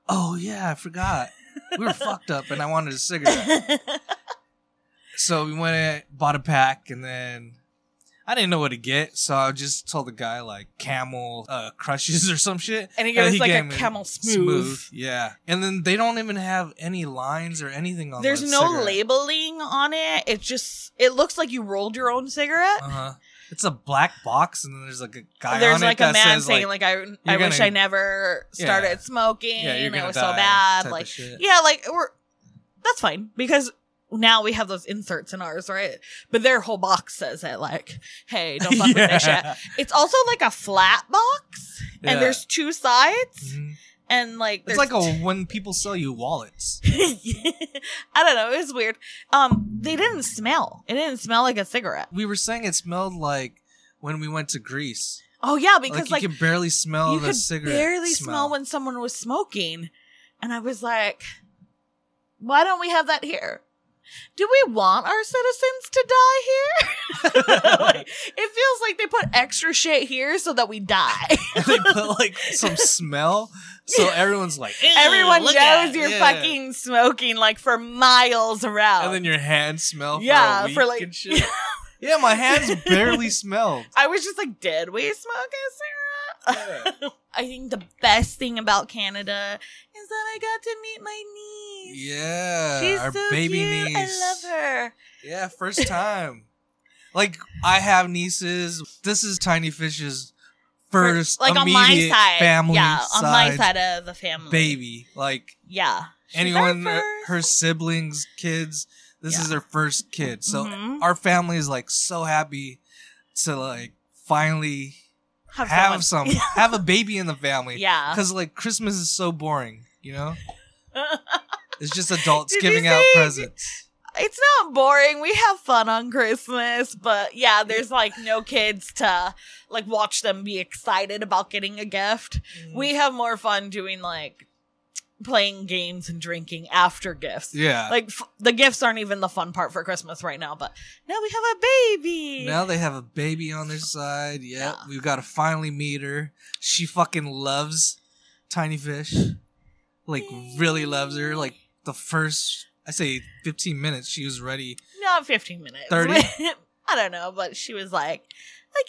Speaker 2: Oh yeah, I forgot. We were fucked up, and I wanted a cigarette. So we went and bought a pack, and then I didn't know what to get, so I just told the guy like camel uh, crushes or some shit.
Speaker 1: And he gave us like a
Speaker 2: Uh, gave me
Speaker 1: camel smooth.
Speaker 2: Yeah. And then they don't even have any lines or anything on
Speaker 1: There's
Speaker 2: the
Speaker 1: no
Speaker 2: cigarette.
Speaker 1: labeling on it. It just it looks like you rolled your own cigarette.
Speaker 2: Uh-huh. It's a black box, and then there's like a guy
Speaker 1: There's
Speaker 2: on
Speaker 1: like
Speaker 2: it
Speaker 1: a
Speaker 2: that
Speaker 1: man
Speaker 2: says
Speaker 1: saying
Speaker 2: like,
Speaker 1: like, I I wish
Speaker 2: gonna-
Speaker 1: I never started
Speaker 2: Yeah.
Speaker 1: smoking.
Speaker 2: "Yeah, you're
Speaker 1: it
Speaker 2: gonna
Speaker 1: was
Speaker 2: die,"
Speaker 1: so bad.
Speaker 2: type
Speaker 1: Like
Speaker 2: of shit.
Speaker 1: yeah, like we're that's fine because now we have those inserts in ours, right? But their whole box says it like, hey, don't fuck with this shit. It's also like a flat box
Speaker 2: Yeah.
Speaker 1: and there's two sides
Speaker 2: Mhm.
Speaker 1: and like
Speaker 2: It's
Speaker 1: there's
Speaker 2: like a when people sell you wallets.
Speaker 1: I don't know. It was weird. Um, they didn't smell. It didn't smell like a cigarette.
Speaker 2: We were saying it smelled like when we went to Greece.
Speaker 1: Oh yeah, because
Speaker 2: like,
Speaker 1: like
Speaker 2: you could barely smell
Speaker 1: you
Speaker 2: the
Speaker 1: could
Speaker 2: cigarette.
Speaker 1: barely smell
Speaker 2: smell
Speaker 1: when someone was smoking, and I was like, why don't we have that here? Do we want our citizens to die here? like, it feels like they put extra shit here so that we die.
Speaker 2: And they put like some smell, so everyone's like, "Ew,
Speaker 1: Everyone knows
Speaker 2: look at it."
Speaker 1: you're
Speaker 2: Yeah.
Speaker 1: fucking smoking like for miles around.
Speaker 2: And then your hands smell. for, a
Speaker 1: Yeah,
Speaker 2: week
Speaker 1: for, like-
Speaker 2: and shit. yeah, my hands barely smelled.
Speaker 1: I was just like, did we smoke a cigarette? I think the best thing about Canada is that I got to meet my niece.
Speaker 2: Yeah,
Speaker 1: She's
Speaker 2: our
Speaker 1: so
Speaker 2: baby
Speaker 1: cute.
Speaker 2: niece.
Speaker 1: I love her.
Speaker 2: Yeah, first time. like I have nieces. This is Tiny Fish's first,
Speaker 1: like on my
Speaker 2: immediate
Speaker 1: side,
Speaker 2: family
Speaker 1: yeah, on my
Speaker 2: side
Speaker 1: side of the family,
Speaker 2: baby. Like
Speaker 1: Yeah, She's our
Speaker 2: anyone, her,
Speaker 1: first.
Speaker 2: her siblings, kids. This is
Speaker 1: Yeah.
Speaker 2: their first kid, so
Speaker 1: Mhm.
Speaker 2: our family is like so happy to like finally have, some,
Speaker 1: someone-
Speaker 2: have a baby in the family.
Speaker 1: yeah.
Speaker 2: because like Christmas is so boring, you know. It's just adults
Speaker 1: Did you
Speaker 2: giving out
Speaker 1: say-
Speaker 2: presents.
Speaker 1: it's not boring. We have fun on Christmas, but yeah, there's like no kids to like watch them be excited about getting a gift.
Speaker 2: Mm.
Speaker 1: We have more fun doing like playing games and drinking after gifts.
Speaker 2: yeah.
Speaker 1: Like f- the gifts aren't even the fun part for Christmas right now, but now we have a baby.
Speaker 2: Now they have a baby on their side. Yep.
Speaker 1: Yeah.
Speaker 2: We've got to finally meet her. She fucking loves Tiny Fish. Like, really loves her. Like, the first, I say 15 minutes, she was ready.
Speaker 1: not 15 minutes.
Speaker 2: 30?
Speaker 1: I don't know, but she was like,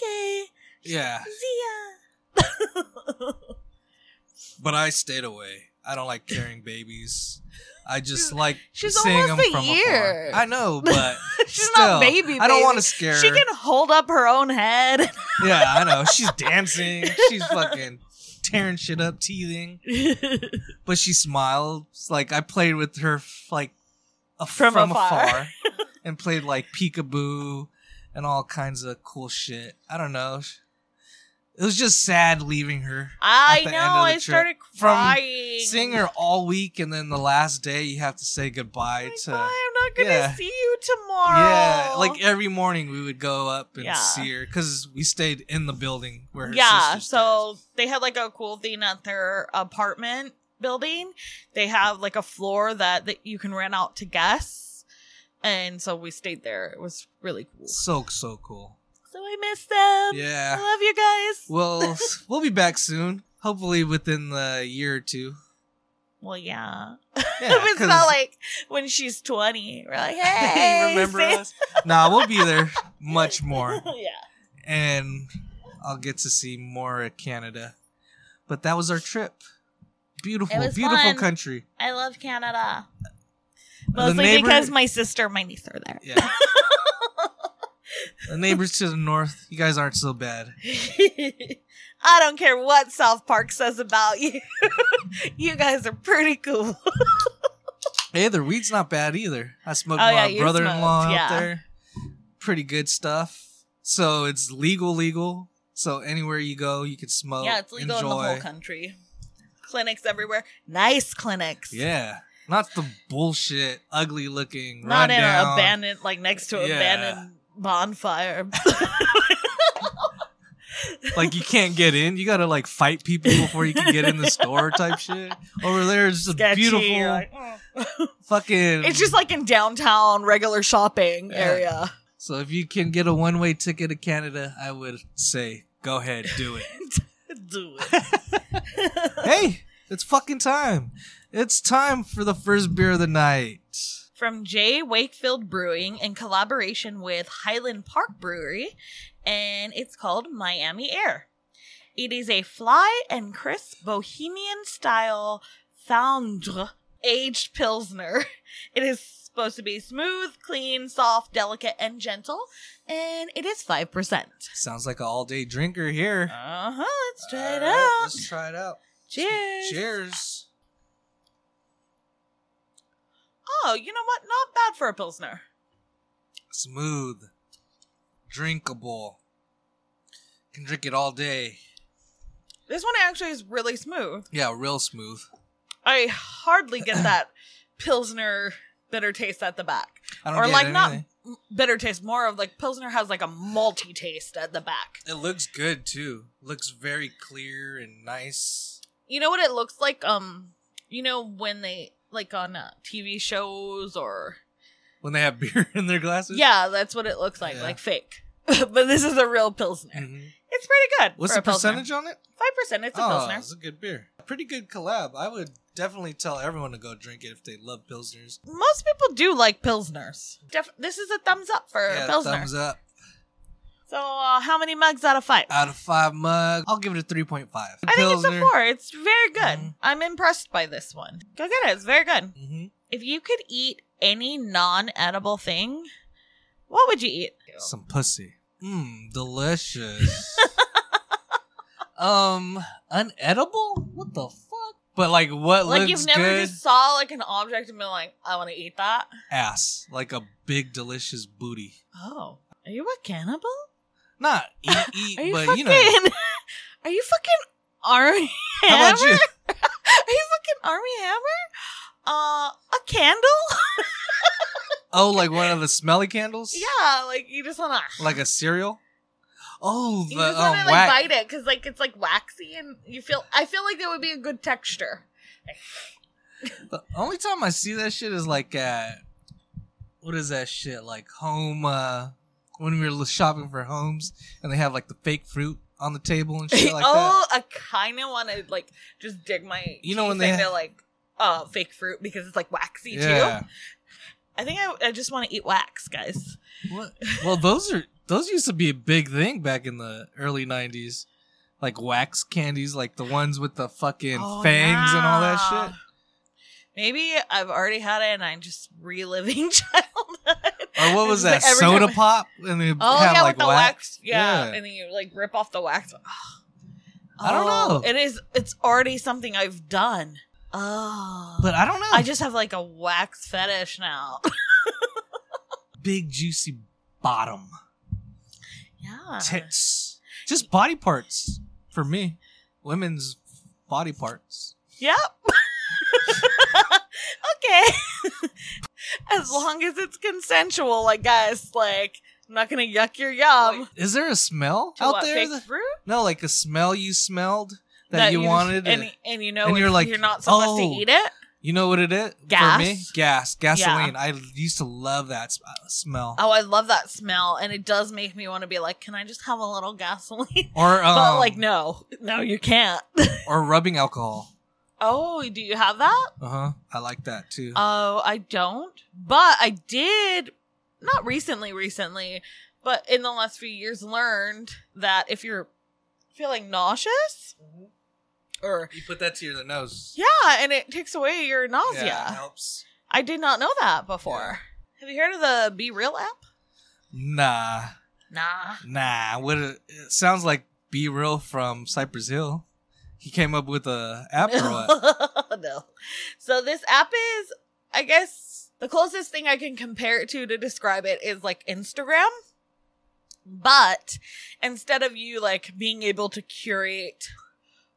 Speaker 1: "Okay,
Speaker 2: Yeah.
Speaker 1: see ya."
Speaker 2: But I stayed away. I don't like carrying babies. I just like
Speaker 1: she's
Speaker 2: seeing them
Speaker 1: almost a
Speaker 2: from
Speaker 1: year.
Speaker 2: afar. I know, but
Speaker 1: She's
Speaker 2: still,
Speaker 1: not baby.
Speaker 2: I don't
Speaker 1: baby.
Speaker 2: want to scare
Speaker 1: She
Speaker 2: her.
Speaker 1: can hold up her own head.
Speaker 2: Yeah, I know. She's dancing. She's fucking tearing shit up, teething. but she smiled. Like I played with her f- like a, from,
Speaker 1: From
Speaker 2: afar,
Speaker 1: afar.
Speaker 2: and played like peekaboo and all kinds of cool shit. I don't know. It was just sad leaving her.
Speaker 1: I
Speaker 2: the
Speaker 1: know.
Speaker 2: end of the
Speaker 1: I
Speaker 2: trip.
Speaker 1: started
Speaker 2: From
Speaker 1: crying.
Speaker 2: Seeing her all week and then the last day you have to say
Speaker 1: I'm
Speaker 2: goodbye
Speaker 1: like,
Speaker 2: to
Speaker 1: "Bye, I'm not gonna
Speaker 2: yeah.
Speaker 1: see you tomorrow.
Speaker 2: Yeah, like every morning we would go up and
Speaker 1: Yeah.
Speaker 2: see her cuz we stayed in the building where her
Speaker 1: yeah
Speaker 2: sister
Speaker 1: so they had like a cool thing at their apartment building they have like a floor that, that you can rent out to guests and so we stayed there it was really cool
Speaker 2: stays. so so cool.
Speaker 1: so i miss them i
Speaker 2: Yeah.
Speaker 1: love you guys
Speaker 2: Well, we'll be back soon. Hopefully within the year or two.
Speaker 1: well yeah,
Speaker 2: Yeah,
Speaker 1: it's
Speaker 2: 'cause-
Speaker 1: not like when she's 20 we're like hey
Speaker 2: Hey, remember
Speaker 1: see-"
Speaker 2: us? Nah, we'll be there much more,
Speaker 1: yeah
Speaker 2: and I'll get to see more of Canada. But that was our trip. Beautiful,
Speaker 1: was
Speaker 2: beautiful
Speaker 1: fun.
Speaker 2: country.
Speaker 1: i love canada
Speaker 2: The
Speaker 1: mostly
Speaker 2: neighbor-
Speaker 1: because my sister and my niece are there
Speaker 2: Yeah. the neighbors to the north, you guys aren't so bad.
Speaker 1: I don't care what South Park says about you. you guys are pretty cool.
Speaker 2: Hey, their weed's not bad either. I smoked
Speaker 1: Oh, yeah,
Speaker 2: my
Speaker 1: you
Speaker 2: brother-in-law
Speaker 1: smoked,
Speaker 2: out
Speaker 1: yeah.
Speaker 2: there. Pretty good stuff. So it's legal, legal. So anywhere you go, you can smoke.
Speaker 1: yeah, it's legal in the
Speaker 2: Oh, enjoy.
Speaker 1: whole country. Clinics everywhere. Nice clinics.
Speaker 2: Yeah, not the bullshit, ugly-looking,
Speaker 1: Not in an
Speaker 2: rundown.
Speaker 1: abandoned, like next to an
Speaker 2: Yeah.
Speaker 1: abandoned bonfire.
Speaker 2: like you can't get in. You gotta like fight people before you can get in the store type shit. Over there is just a
Speaker 1: Sketchy.
Speaker 2: beautiful
Speaker 1: You're like, "Mm."
Speaker 2: fucking.
Speaker 1: It's just like in downtown, regular shopping
Speaker 2: Yeah.
Speaker 1: area.
Speaker 2: so if you can get a one way ticket to Canada, I would say go ahead, do it.
Speaker 1: Do it.
Speaker 2: hey, it's fucking time. It's time for the first beer of the night.
Speaker 1: from J. Wakefield Brewing in collaboration with Highland Park Brewery, and it's called Miami Air. It is a fly and crisp bohemian style foundre aged pilsner. It is supposed to be smooth, clean, soft, delicate, and gentle, and it is 5%.
Speaker 2: Sounds like an all day drinker here.
Speaker 1: Uh huh, let's try it
Speaker 2: Uh-huh. All right,
Speaker 1: out.
Speaker 2: Let's try it out.
Speaker 1: Cheers.
Speaker 2: Cheers.
Speaker 1: Oh, you know what? Not bad for a pilsner.
Speaker 2: Smooth. Drinkable. Can drink it all day.
Speaker 1: This one actually is really smooth.
Speaker 2: Yeah, real smooth.
Speaker 1: I hardly get that pilsner bitter taste at the back,
Speaker 2: I don't
Speaker 1: or
Speaker 2: get
Speaker 1: like not
Speaker 2: anything.
Speaker 1: m- bitter taste, more of like pilsner has like a malty taste at the back.
Speaker 2: It looks good too. Looks very clear and nice.
Speaker 1: You know what it looks like? Um, you know when they like on uh, TV shows or
Speaker 2: When they have beer in their glasses.
Speaker 1: yeah, that's what it looks like,
Speaker 2: Yeah.
Speaker 1: like fake. but this is a real pilsner.
Speaker 2: Mhm.
Speaker 1: It's pretty good.
Speaker 2: What's
Speaker 1: for
Speaker 2: the percentage on it?
Speaker 1: Five percent. It's a
Speaker 2: oh,
Speaker 1: pilsner.
Speaker 2: it's a good beer. Pretty good collab. I would definitely tell everyone to go drink it if they love pilsners.
Speaker 1: Most people do like pilsners. Def- this is a thumbs up for
Speaker 2: yeah,
Speaker 1: a pilsner.
Speaker 2: thumbs up.
Speaker 1: So, uh, how many mugs out of five?
Speaker 2: Out of five mug, I'll give it a three point five.
Speaker 1: I think it's a four. It's very good.
Speaker 2: Mhm.
Speaker 1: I'm impressed by this one. Go get it. It's very good.
Speaker 2: Mm-hmm.
Speaker 1: If you could eat any non-edible thing, what would you eat?
Speaker 2: Some pussy. Mmm, delicious. um, unedible? What the fuck? But like, what
Speaker 1: Like
Speaker 2: looks
Speaker 1: you've never
Speaker 2: good?
Speaker 1: just saw like an object and been like, I want to eat that.
Speaker 2: Ass, like a big delicious booty.
Speaker 1: Oh, are you a cannibal?
Speaker 2: Not eat, eat,
Speaker 1: Are you
Speaker 2: but
Speaker 1: fucking?
Speaker 2: you know.
Speaker 1: Are you fucking army
Speaker 2: How about
Speaker 1: hammer?
Speaker 2: you?
Speaker 1: Are you fucking army hammer? Uh, a candle?
Speaker 2: Oh, like one of the smelly candles?
Speaker 1: yeah, like you just wanna
Speaker 2: Like a cereal? Oh, the
Speaker 1: You just
Speaker 2: um,
Speaker 1: want to like
Speaker 2: whack.
Speaker 1: bite it because like it's like waxy and you feel. I feel like it would be a good texture.
Speaker 2: The only time I see that shit is like at what is that shit like home uh when we were shopping for homes and they have like the fake fruit on the table and shit like that.
Speaker 1: oh, I kind of want to like just dig my.
Speaker 2: You know
Speaker 1: teeth
Speaker 2: when they
Speaker 1: into,
Speaker 2: ha-
Speaker 1: like uh fake fruit because it's like waxy
Speaker 2: yeah.
Speaker 1: too. I think I, I just want to eat wax, guys.
Speaker 2: What? Well, those are those used to be a big thing back in the early '90s, like wax candies, like the ones with the fucking
Speaker 1: Oh,
Speaker 2: fangs and all
Speaker 1: yeah.
Speaker 2: that shit.
Speaker 1: Maybe I've already had it and I'm just reliving childhood.
Speaker 2: Or what
Speaker 1: It's
Speaker 2: was
Speaker 1: like
Speaker 2: that
Speaker 1: every
Speaker 2: soda
Speaker 1: time-
Speaker 2: pop? And they
Speaker 1: Oh
Speaker 2: have
Speaker 1: yeah,
Speaker 2: like
Speaker 1: with the
Speaker 2: wax.
Speaker 1: wax. Yeah.
Speaker 2: Yeah.
Speaker 1: and then you like rip off the wax. Ugh.
Speaker 2: I don't
Speaker 1: Oh,
Speaker 2: know.
Speaker 1: It is. It's already something I've done. Oh,
Speaker 2: But I don't know.
Speaker 1: I just have like a wax fetish now.
Speaker 2: big juicy bottom.
Speaker 1: yeah.
Speaker 2: tits, just body parts for me. Women's body parts.
Speaker 1: Yep. okay. as long as it's consensual, like guys, like I'm not gonna yuck your yum. Oh,
Speaker 2: Like, is there a smell
Speaker 1: To
Speaker 2: out
Speaker 1: what,
Speaker 2: there?
Speaker 1: fake
Speaker 2: that-
Speaker 1: fruit
Speaker 2: no, like a smell you smelled that, you,
Speaker 1: just-
Speaker 2: wanted.
Speaker 1: and,
Speaker 2: and-
Speaker 1: and you know,
Speaker 2: and
Speaker 1: you're
Speaker 2: you're like,
Speaker 1: you're not supposed to
Speaker 2: "Oh."
Speaker 1: eat it.
Speaker 2: you know what it is
Speaker 1: Gas?
Speaker 2: for me? Gas, gasoline. I used to love that sm- smell.
Speaker 1: Oh, I love that smell, and it does make me want to be like, can I just have a little gasoline?
Speaker 2: Or um,
Speaker 1: but like, no, no, you can't.
Speaker 2: or rubbing alcohol.
Speaker 1: oh, do you have that?
Speaker 2: Uh huh. I like that too.
Speaker 1: Oh, I don't. But I did not recently, recently, but in the last few years learned that if you're feeling nauseous or
Speaker 2: you put that to your nose.
Speaker 1: yeah, and it takes away your nausea.
Speaker 2: Yeah, it helps.
Speaker 1: I did not know that before. Have you heard of the Be Real app?
Speaker 2: Nah,
Speaker 1: Nah.
Speaker 2: nah. What? A, it sounds like B real from Cypress Hill. He came up with a app or what?
Speaker 1: no. So this app is I guess the closest thing I can compare it to to describe it is like Instagram. But instead of you like being able to curate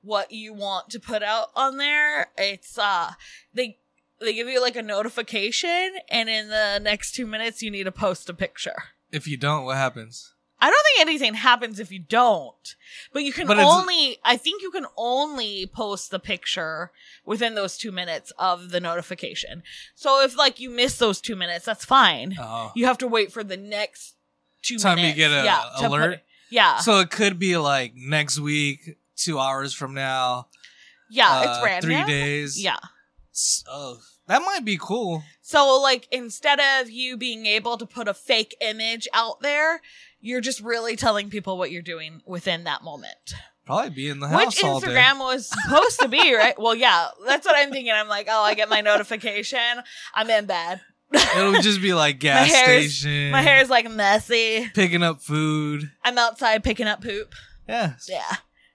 Speaker 1: what you want to put out on there, it's uh they they give you like a notification and in the next 2 minutes you need to post a picture.
Speaker 2: If you don't, what happens?
Speaker 1: I don't think anything happens if you don't. But you can
Speaker 2: But it's-
Speaker 1: only I think you can only post the picture within those 2 minutes of the notification. So if like you miss those 2 minutes, that's fine.
Speaker 2: Oh.
Speaker 1: You have to wait for the next 2
Speaker 2: Time you
Speaker 1: minutes.
Speaker 2: get a
Speaker 1: to put-
Speaker 2: alert.
Speaker 1: yeah.
Speaker 2: So it could be like next week, two hours from now.
Speaker 1: yeah,
Speaker 2: uh,
Speaker 1: it's random.
Speaker 2: Three days.
Speaker 1: Yeah.
Speaker 2: S- Oh, That might be cool.
Speaker 1: So, like, instead of you being able to put a fake image out there, you're just really telling people what you're doing within that moment.
Speaker 2: Probably be in the house
Speaker 1: Which
Speaker 2: all day.
Speaker 1: Instagram was supposed to be, right? Well, yeah, that's what I'm thinking. I'm like, oh, I get my notification. I'm in bed.
Speaker 2: It'll just be like gas
Speaker 1: hair is-
Speaker 2: station.
Speaker 1: My hair is like messy.
Speaker 2: picking up food.
Speaker 1: I'm outside picking up poop.
Speaker 2: Yeah.
Speaker 1: Yeah.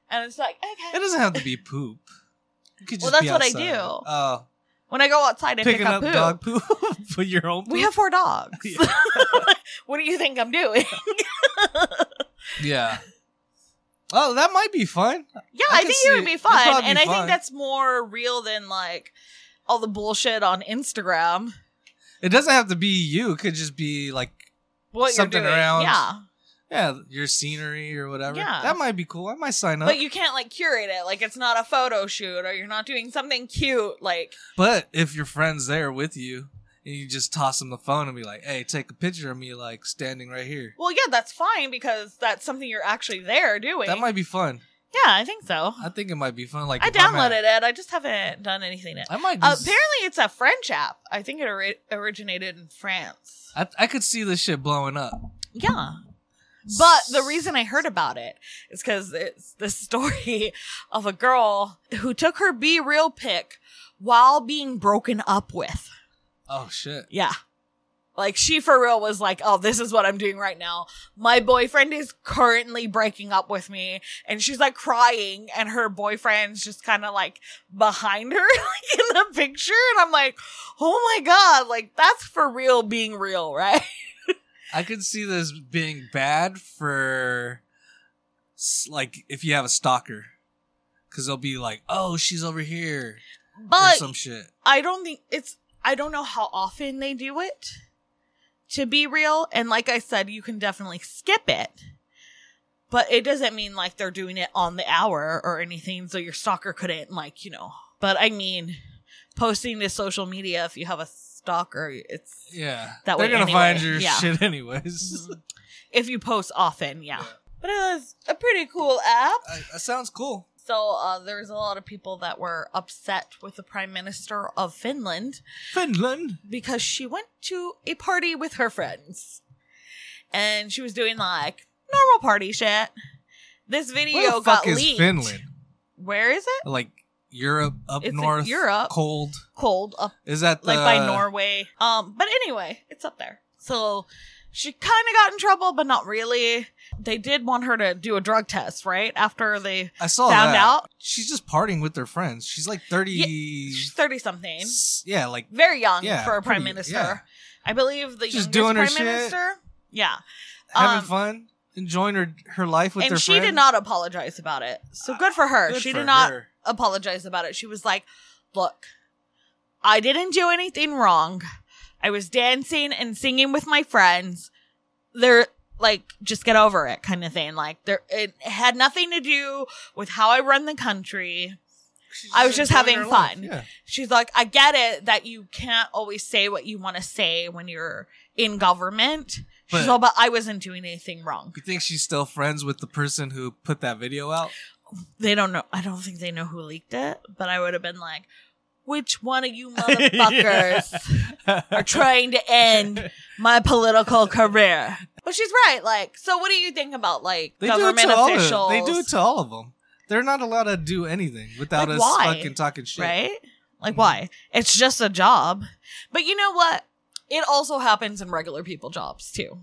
Speaker 1: And it's like,
Speaker 2: It
Speaker 1: okay.
Speaker 2: doesn't have to be poop. You could
Speaker 1: Well,
Speaker 2: just be
Speaker 1: that's what I
Speaker 2: outside.
Speaker 1: do.
Speaker 2: Oh,
Speaker 1: When I go outside, I
Speaker 2: picking
Speaker 1: pick
Speaker 2: up
Speaker 1: up, poop.
Speaker 2: dog poop for your own.
Speaker 1: We
Speaker 2: poop?
Speaker 1: have four dogs.
Speaker 2: Yeah.
Speaker 1: what do you think I'm doing?
Speaker 2: yeah. Oh, that might be fun.
Speaker 1: Yeah,
Speaker 2: I
Speaker 1: I,
Speaker 2: could
Speaker 1: think
Speaker 2: see
Speaker 1: it would
Speaker 2: it.
Speaker 1: be
Speaker 2: It'd probably
Speaker 1: fun.
Speaker 2: be
Speaker 1: And I
Speaker 2: fun.
Speaker 1: think that's more real than like all the bullshit on Instagram.
Speaker 2: It doesn't have to be you. It could just be like,
Speaker 1: What
Speaker 2: Something
Speaker 1: you're doing.
Speaker 2: around.
Speaker 1: Yeah.
Speaker 2: yeah, your scenery or whatever.
Speaker 1: Yeah.
Speaker 2: That might be cool. I might sign up.
Speaker 1: But you can't like curate it. Like it's not a photo shoot or you're not doing something cute. Like
Speaker 2: But if your friend's there with you and you just toss them the phone and be like, hey, take a picture of me, like standing right here.
Speaker 1: well, yeah, that's fine because that's something you're actually there doing.
Speaker 2: That might be fun.
Speaker 1: yeah, I think so.
Speaker 2: I think it might be fun. Like
Speaker 1: I
Speaker 2: if I'm at-
Speaker 1: downloaded it. I just haven't done anything yet.
Speaker 2: I might. do s-
Speaker 1: Apparently, it's a French app. I think it ori- originated in France.
Speaker 2: I, I could see this shit blowing up.
Speaker 1: Yeah. But the reason I heard about it is because it's this story of a girl who took her Be Real pic while being broken up with.
Speaker 2: Oh shit.
Speaker 1: Yeah. Like she for real was like, oh, this is what I'm doing right now. My boyfriend is currently breaking up with me. And she's like crying and her boyfriend's just kind of like behind her like in the picture. And I'm like, oh my God, like that's for real being real, right?
Speaker 2: I could see this being bad for, s- like, if you have a stalker, because they'll be like, "Oh, she's over here" or
Speaker 1: But
Speaker 2: some shit.
Speaker 1: I don't think it's I don't know how often they do it to be real and like I said you can definitely skip it. But it doesn't mean like they're doing it on the hour or anything so your stalker couldn't like, you know. But I mean posting to social media if you have a stalker it's
Speaker 2: Yeah,
Speaker 1: That
Speaker 2: they're
Speaker 1: way
Speaker 2: gonna
Speaker 1: anyway,
Speaker 2: find your
Speaker 1: yeah.
Speaker 2: shit anyways.
Speaker 1: if you post often, yeah.
Speaker 2: Yeah.
Speaker 1: But it was a pretty cool app.
Speaker 2: I, that sounds cool.
Speaker 1: So uh, there was a lot of people that were upset with the prime minister of Finland
Speaker 2: Finland.
Speaker 1: because she went to a party with her friends and she was doing like normal party shit. This video
Speaker 2: Where the
Speaker 1: got
Speaker 2: fuck is
Speaker 1: leaked.
Speaker 2: Finland?
Speaker 1: Where is it?
Speaker 2: Like Europe, up
Speaker 1: It's in
Speaker 2: north,
Speaker 1: Europe.
Speaker 2: cold.
Speaker 1: Cold up
Speaker 2: Is that
Speaker 1: like
Speaker 2: the-
Speaker 1: by Norway. Um but anyway, it's up there. So she kind of got in trouble but not really. They did want her to do a drug test, right? After they
Speaker 2: I saw
Speaker 1: found
Speaker 2: Oh, that.
Speaker 1: out.
Speaker 2: She's just partying with her friends. She's like thirty.
Speaker 1: she's 30 something.
Speaker 2: Yeah, like
Speaker 1: Very young
Speaker 2: Yeah,
Speaker 1: for a prime
Speaker 2: pretty-
Speaker 1: minister.
Speaker 2: yeah.
Speaker 1: I believe the
Speaker 2: She's
Speaker 1: youngest
Speaker 2: doing her
Speaker 1: prime
Speaker 2: shit.
Speaker 1: minister. Yeah.
Speaker 2: having
Speaker 1: Um,
Speaker 2: fun, enjoying her her life with
Speaker 1: and
Speaker 2: her
Speaker 1: she
Speaker 2: friends.
Speaker 1: did not apologize about it. So good for her.
Speaker 2: Good
Speaker 1: she
Speaker 2: for
Speaker 1: did not
Speaker 2: her.
Speaker 1: apologize about it. She was like, "Look, I didn't do anything wrong. I was dancing and singing with my friends. They're like, just get over it, kind of thing. Like, there it had nothing to do with how I run the country.
Speaker 2: She's
Speaker 1: I was just
Speaker 2: enjoying
Speaker 1: having
Speaker 2: her life,
Speaker 1: fun.
Speaker 2: yeah.
Speaker 1: She's like, I get it that you can't always say what you want to say when you're in government.
Speaker 2: But-
Speaker 1: She's all, but I wasn't doing anything wrong.
Speaker 2: You think she's still friends with the person who put that video out?
Speaker 1: they don't know. I don't think they know who leaked it, but I would have been like, which one of you motherfuckers are trying to end my political career? But she's right. Like, so what do you think about like
Speaker 2: they do it
Speaker 1: government
Speaker 2: to all
Speaker 1: officials?
Speaker 2: of them. They do it to all of them. They're not allowed to do anything without
Speaker 1: Like,
Speaker 2: us
Speaker 1: why?
Speaker 2: fucking talking shit.
Speaker 1: right? Like,
Speaker 2: Mhm.
Speaker 1: why? It's just a job. But you know what? It also happens in regular people jobs too.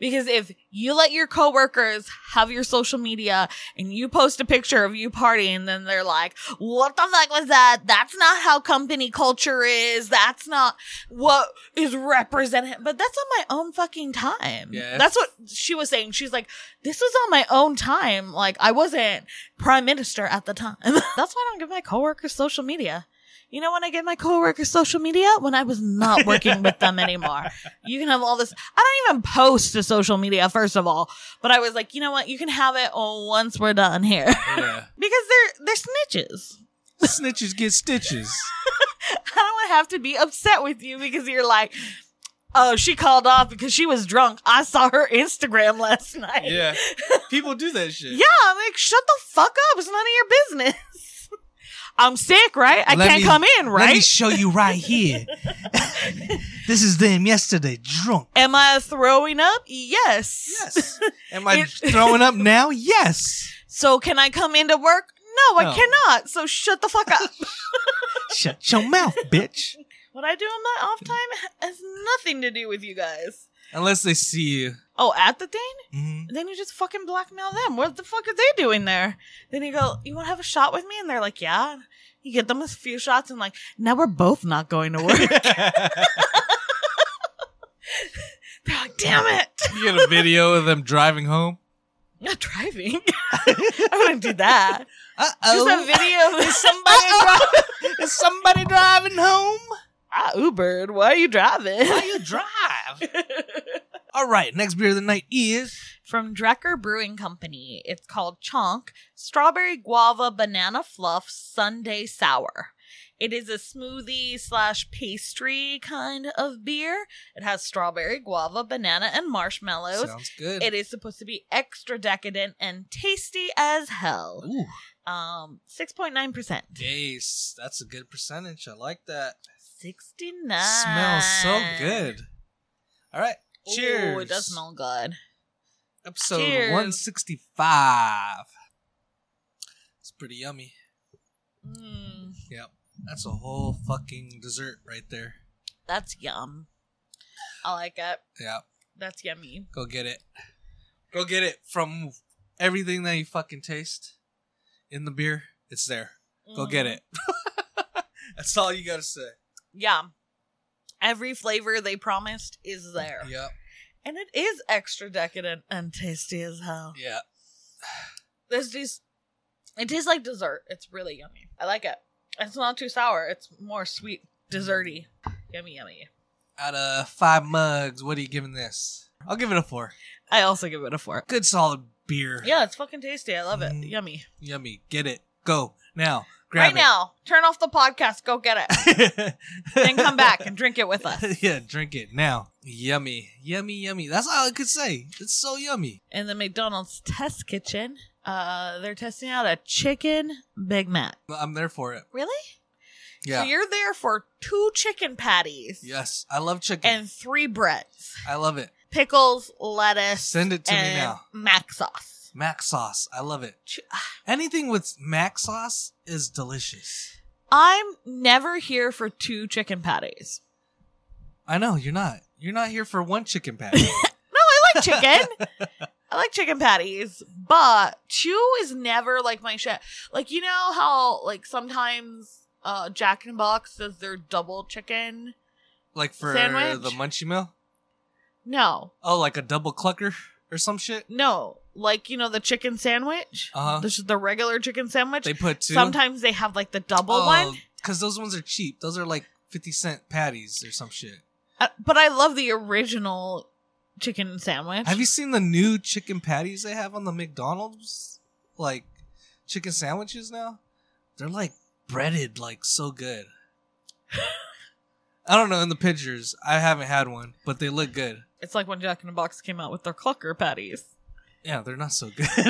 Speaker 1: Because if you let your coworkers have your social media and you post a picture of you partying, then they're like, what the fuck was that? That's not how company culture is. That's not what is represented. But that's on my own fucking time.
Speaker 2: Yeah, if-
Speaker 1: That's what she was saying. She's like, this was on my own time. Like I wasn't prime minister at the time. That's why I don't give my coworkers social media. You know when I give my coworkers social media? When I was not working with them anymore. You can have all this. I don't even post to social media, first of all. But I was like, you know what? You can have it once we're done here.
Speaker 2: Yeah.
Speaker 1: because they're they're snitches.
Speaker 2: Snitches get stitches.
Speaker 1: I don't want to have to be upset with you because you're like, oh, she called off because she was drunk. I saw her Instagram last night.
Speaker 2: yeah. People do that shit.
Speaker 1: Yeah, I'm like, shut the fuck up. It's none of your business. I'm sick, right? I
Speaker 2: Let
Speaker 1: can't
Speaker 2: me-
Speaker 1: come in,
Speaker 2: Let me
Speaker 1: right?
Speaker 2: show you right here. this is them yesterday, drunk.
Speaker 1: Am I throwing up? Yes.
Speaker 2: Yes. Am I
Speaker 1: It-
Speaker 2: throwing up now? Yes.
Speaker 1: So can I come into work? No,
Speaker 2: No.
Speaker 1: I cannot. So shut the fuck up.
Speaker 2: Shut your mouth, bitch.
Speaker 1: what I do on my off time has nothing to do with you guys.
Speaker 2: Unless they see you.
Speaker 1: Oh, at the thing?
Speaker 2: hmm
Speaker 1: Then you just fucking blackmail them. What the fuck are they doing there? Then you go, you want to have a shot with me? And they're like, yeah. You get them a few shots and like, now we're both not going to work. they're like, damn it.
Speaker 2: you get a video of them driving home.
Speaker 1: I'm not driving. I wouldn't do that.
Speaker 2: Uh
Speaker 1: Just a video of somebody
Speaker 2: Is somebody driving home?
Speaker 1: I "Ah, Ubered. Why are you driving?
Speaker 2: you drive? All right, next beer of the night is
Speaker 1: From Drecker Brewing Company. It's called Chonk Strawberry Guava Banana Fluff Sunday Sour. It is a smoothie slash pastry kind of beer. It has strawberry, guava, banana, and marshmallows.
Speaker 2: sounds good.
Speaker 1: It is supposed to be extra decadent and tasty as hell.
Speaker 2: Ooh,
Speaker 1: Um, 6.9%.
Speaker 2: days. That's a good percentage. I like that.
Speaker 1: 69.
Speaker 2: Smells so good. All right, cheers.
Speaker 1: Ah. Ooh, it does smell good.
Speaker 2: Episode
Speaker 1: Cheers.
Speaker 2: 165. It's pretty yummy.
Speaker 1: Mm,
Speaker 2: Yep, that's a whole fucking dessert right there.
Speaker 1: that's yum. I like it.
Speaker 2: Yeah,
Speaker 1: That's yummy.
Speaker 2: go get it. Go get it from everything that you fucking taste in the beer. It's there. Go get
Speaker 1: Mm,
Speaker 2: it.
Speaker 1: Mm-hmm.
Speaker 2: That's all you gotta say.
Speaker 1: Yeah. Every flavor they promised is there.
Speaker 2: Yep.
Speaker 1: And it is extra decadent and tasty as hell.
Speaker 2: Yeah.
Speaker 1: This just it tastes like dessert. It's really yummy. I like it. It's not too sour. It's more sweet, desserty. Yummy, yummy.
Speaker 2: Out of five mugs, what are you giving this? I'll give it a four.
Speaker 1: I also give it a four.
Speaker 2: Good solid beer.
Speaker 1: Yeah, it's fucking tasty. I love it.
Speaker 2: Mm.
Speaker 1: Yummy.
Speaker 2: Yummy. Get it. Go now. Grab
Speaker 1: right now, turn off the podcast. Go get it.
Speaker 2: it.
Speaker 1: then come back and drink it with us.
Speaker 2: yeah, drink it now. Yummy. Yummy, yummy. That's all I could say. It's so yummy.
Speaker 1: in the McDonald's test kitchen. Uh, they're testing out a chicken Big Mac.
Speaker 2: I'm there for it.
Speaker 1: Really?
Speaker 2: Yeah.
Speaker 1: So you're there for two chicken patties.
Speaker 2: yes. I love chicken.
Speaker 1: And three breads,
Speaker 2: I love it.
Speaker 1: pickles, lettuce.
Speaker 2: Send it to me
Speaker 1: and
Speaker 2: now.
Speaker 1: Mac sauce.
Speaker 2: Mac sauce. I love it.
Speaker 1: Ch- ah.
Speaker 2: Anything with mac sauce is delicious.
Speaker 1: I'm never here for two chicken patties.
Speaker 2: I know you're not. You're not here for one chicken patty.
Speaker 1: I like chicken. I like chicken patties, but two is never like my shit. Like you know how like sometimes uh Jack in the Box does their double chicken.
Speaker 2: like for
Speaker 1: Sandwich?
Speaker 2: the munchie meal.
Speaker 1: No,
Speaker 2: Oh, like a double clucker or some shit.
Speaker 1: No, like you know the chicken sandwich.
Speaker 2: Uh huh.
Speaker 1: This is the regular chicken sandwich.
Speaker 2: They Oh. put two.
Speaker 1: Sometimes they have like the double one,
Speaker 2: because those ones are cheap. Those are like fifty cent patties or some shit.
Speaker 1: Uh, but I love the original chicken sandwich.
Speaker 2: Have you seen the new chicken patties they have on the McDonald's like chicken sandwiches now? They're like breaded, like so good. I don't know in the pictures. I haven't had one, but they look good.
Speaker 1: It's like when Jack in the Box came out with their clucker patties.
Speaker 2: Yeah, they're not so good.
Speaker 1: Their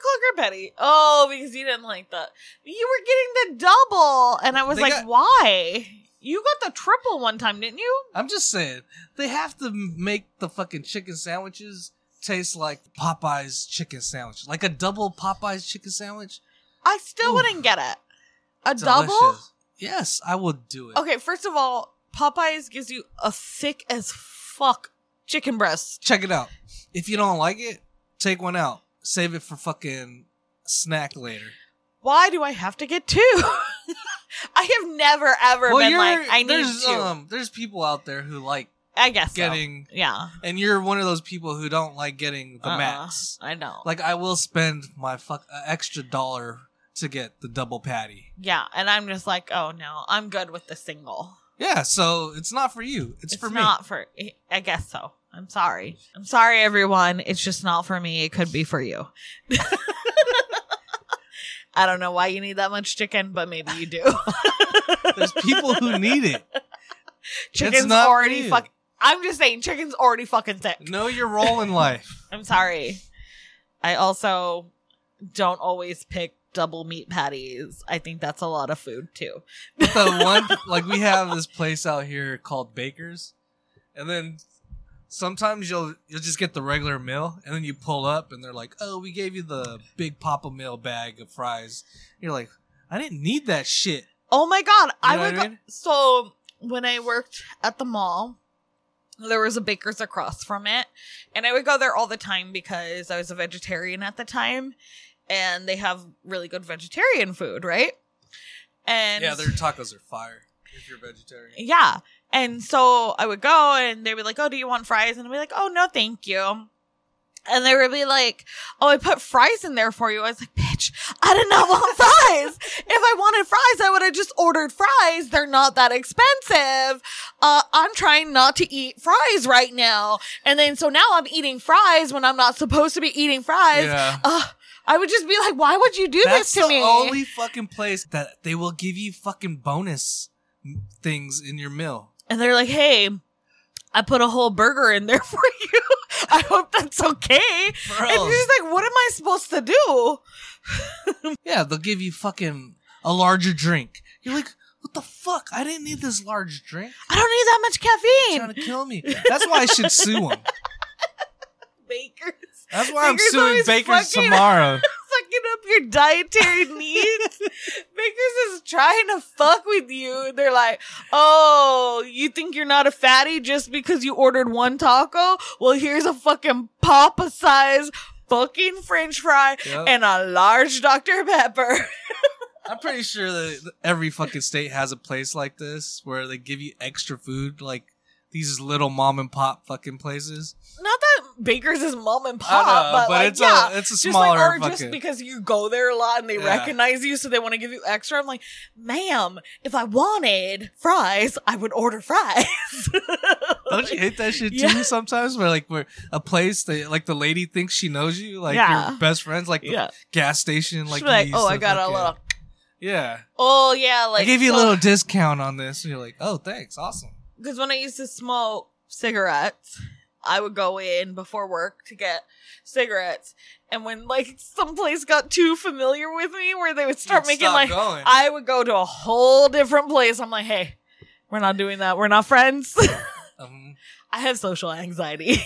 Speaker 1: clucker patty. Oh, because you didn't like that. You were getting the double, and I was
Speaker 2: They
Speaker 1: like,
Speaker 2: got-
Speaker 1: why? You got the triple one time, didn't you?
Speaker 2: I'm just saying they have to make the fucking chicken sandwiches taste like Popeye's chicken sandwich, like a double Popeye's chicken sandwich.
Speaker 1: I still
Speaker 2: Oof.
Speaker 1: wouldn't get it. A double.
Speaker 2: Delicious. Yes, I will do it.
Speaker 1: Okay, first of all, Popeyes gives you a thick as fuck chicken breast.
Speaker 2: Check it out. If you don't like it, take one out. Save it for fucking snack later.
Speaker 1: Why do I have to get two? I have never ever been like I need
Speaker 2: there's um,
Speaker 1: two.
Speaker 2: there's people out there who like
Speaker 1: I guess so.
Speaker 2: getting,
Speaker 1: yeah.
Speaker 2: and you're one of those people who don't like getting the
Speaker 1: Uh-uh.
Speaker 2: max.
Speaker 1: I know.
Speaker 2: Like I will spend my fuck uh, extra dollar to get the double patty.
Speaker 1: yeah, and I'm just like, oh no, I'm good with the single.
Speaker 2: Yeah, so it's not for you. It's,
Speaker 1: It's,
Speaker 2: for me.
Speaker 1: not for. I guess so. I'm sorry. I'm sorry, everyone. It's just not for me. It could be for you. I don't know why you need that much chicken, but maybe you do.
Speaker 2: There's people who need it.
Speaker 1: Chicken's
Speaker 2: not for
Speaker 1: already
Speaker 2: you.
Speaker 1: fuck. I'm just saying, chicken's already fucking thick.
Speaker 2: Know your role in life.
Speaker 1: I'm sorry. I also don't always pick double meat patties. I think that's a lot of food too.
Speaker 2: But the one like we have this place out here called Baker's, and then sometimes you'll you'll just get the regular meal, and then you pull up and they're like, "Oh, we gave you the big Papa meal bag of fries." You're like, "I didn't need that shit."
Speaker 1: Oh my god,
Speaker 2: You
Speaker 1: I
Speaker 2: know
Speaker 1: would
Speaker 2: what I
Speaker 1: go-
Speaker 2: mean?
Speaker 1: so when I worked at the mall, there was a baker's across from it, and I would go there all the time because I was a vegetarian at the time, and they have really good vegetarian food, right? And
Speaker 2: yeah, their tacos are fire if you're vegetarian.
Speaker 1: Yeah. And so I would go and they would be like, Oh, do you want fries? And I'd be like, Oh, no, thank you. And they would be like, Oh, I put fries in there for you. I was like, Bitch, I did not want fries. if I wanted fries, I would have just ordered fries. They're not that expensive. Uh, I'm trying not to eat fries right now. And then so now I'm eating fries when I'm not supposed to be eating fries.
Speaker 2: Yeah.
Speaker 1: Ugh, I would just be like, Why would you do
Speaker 2: That's
Speaker 1: this to
Speaker 2: the
Speaker 1: me?
Speaker 2: only fucking place that they will give you fucking bonus m- things in your meal.
Speaker 1: and they're like, "Hey, I put a whole burger in there for you. I hope that's okay." And you're just like, "What am I supposed to do?"
Speaker 2: Yeah, they'll give you fucking a larger drink. You're like, what the fuck? I didn't need this large drink.
Speaker 1: I don't need that much
Speaker 2: They're
Speaker 1: caffeine.
Speaker 2: trying to kill me. That's why I should sue them.
Speaker 1: Bakers
Speaker 2: That's why I'm
Speaker 1: Baker's
Speaker 2: suing
Speaker 1: always
Speaker 2: Baker's
Speaker 1: fucking-
Speaker 2: tomorrow.
Speaker 1: fucking up your dietary needs. Bakers is trying to fuck with you. They're like, "Oh, you think you're not a fatty just because you ordered one taco? Well, here's a fucking papa size." Fucking French fry
Speaker 2: Yep.
Speaker 1: and a large Dr. Pepper.
Speaker 2: I'm pretty sure that every fucking state has a place like this where they give you extra food, like these little mom and pop fucking places.
Speaker 1: not that Baker's is mom and
Speaker 2: I
Speaker 1: pop,
Speaker 2: know,
Speaker 1: but, like,
Speaker 2: it's
Speaker 1: yeah.
Speaker 2: a it's a
Speaker 1: just like,
Speaker 2: smaller
Speaker 1: or just
Speaker 2: fucking.
Speaker 1: because you go there a lot and they
Speaker 2: Yeah.
Speaker 1: recognize you, so they want to give you extra. I'm like, ma'am, if I wanted fries, I would order fries.
Speaker 2: Don't you hate that shit too
Speaker 1: Yeah.
Speaker 2: sometimes? Where like where a place that like the lady thinks she knows you, like
Speaker 1: Yeah.
Speaker 2: your best friends, like the
Speaker 1: yeah,
Speaker 2: gas station,
Speaker 1: like,
Speaker 2: like,
Speaker 1: like
Speaker 2: you
Speaker 1: oh,
Speaker 2: used
Speaker 1: I
Speaker 2: to
Speaker 1: got a
Speaker 2: fucking-
Speaker 1: little.
Speaker 2: Yeah,
Speaker 1: Oh yeah, like
Speaker 2: I gave you a
Speaker 1: so-
Speaker 2: little discount on this, and you're like, oh, thanks, awesome.
Speaker 1: because when I used to smoke cigarettes, I would go in before work to get cigarettes, and when like some place got too familiar with me, where they would start
Speaker 2: You'd
Speaker 1: making like
Speaker 2: going.
Speaker 1: I would go to a whole different place. I'm like, hey, we're not doing that. We're not friends.
Speaker 2: Um,
Speaker 1: I have social anxiety.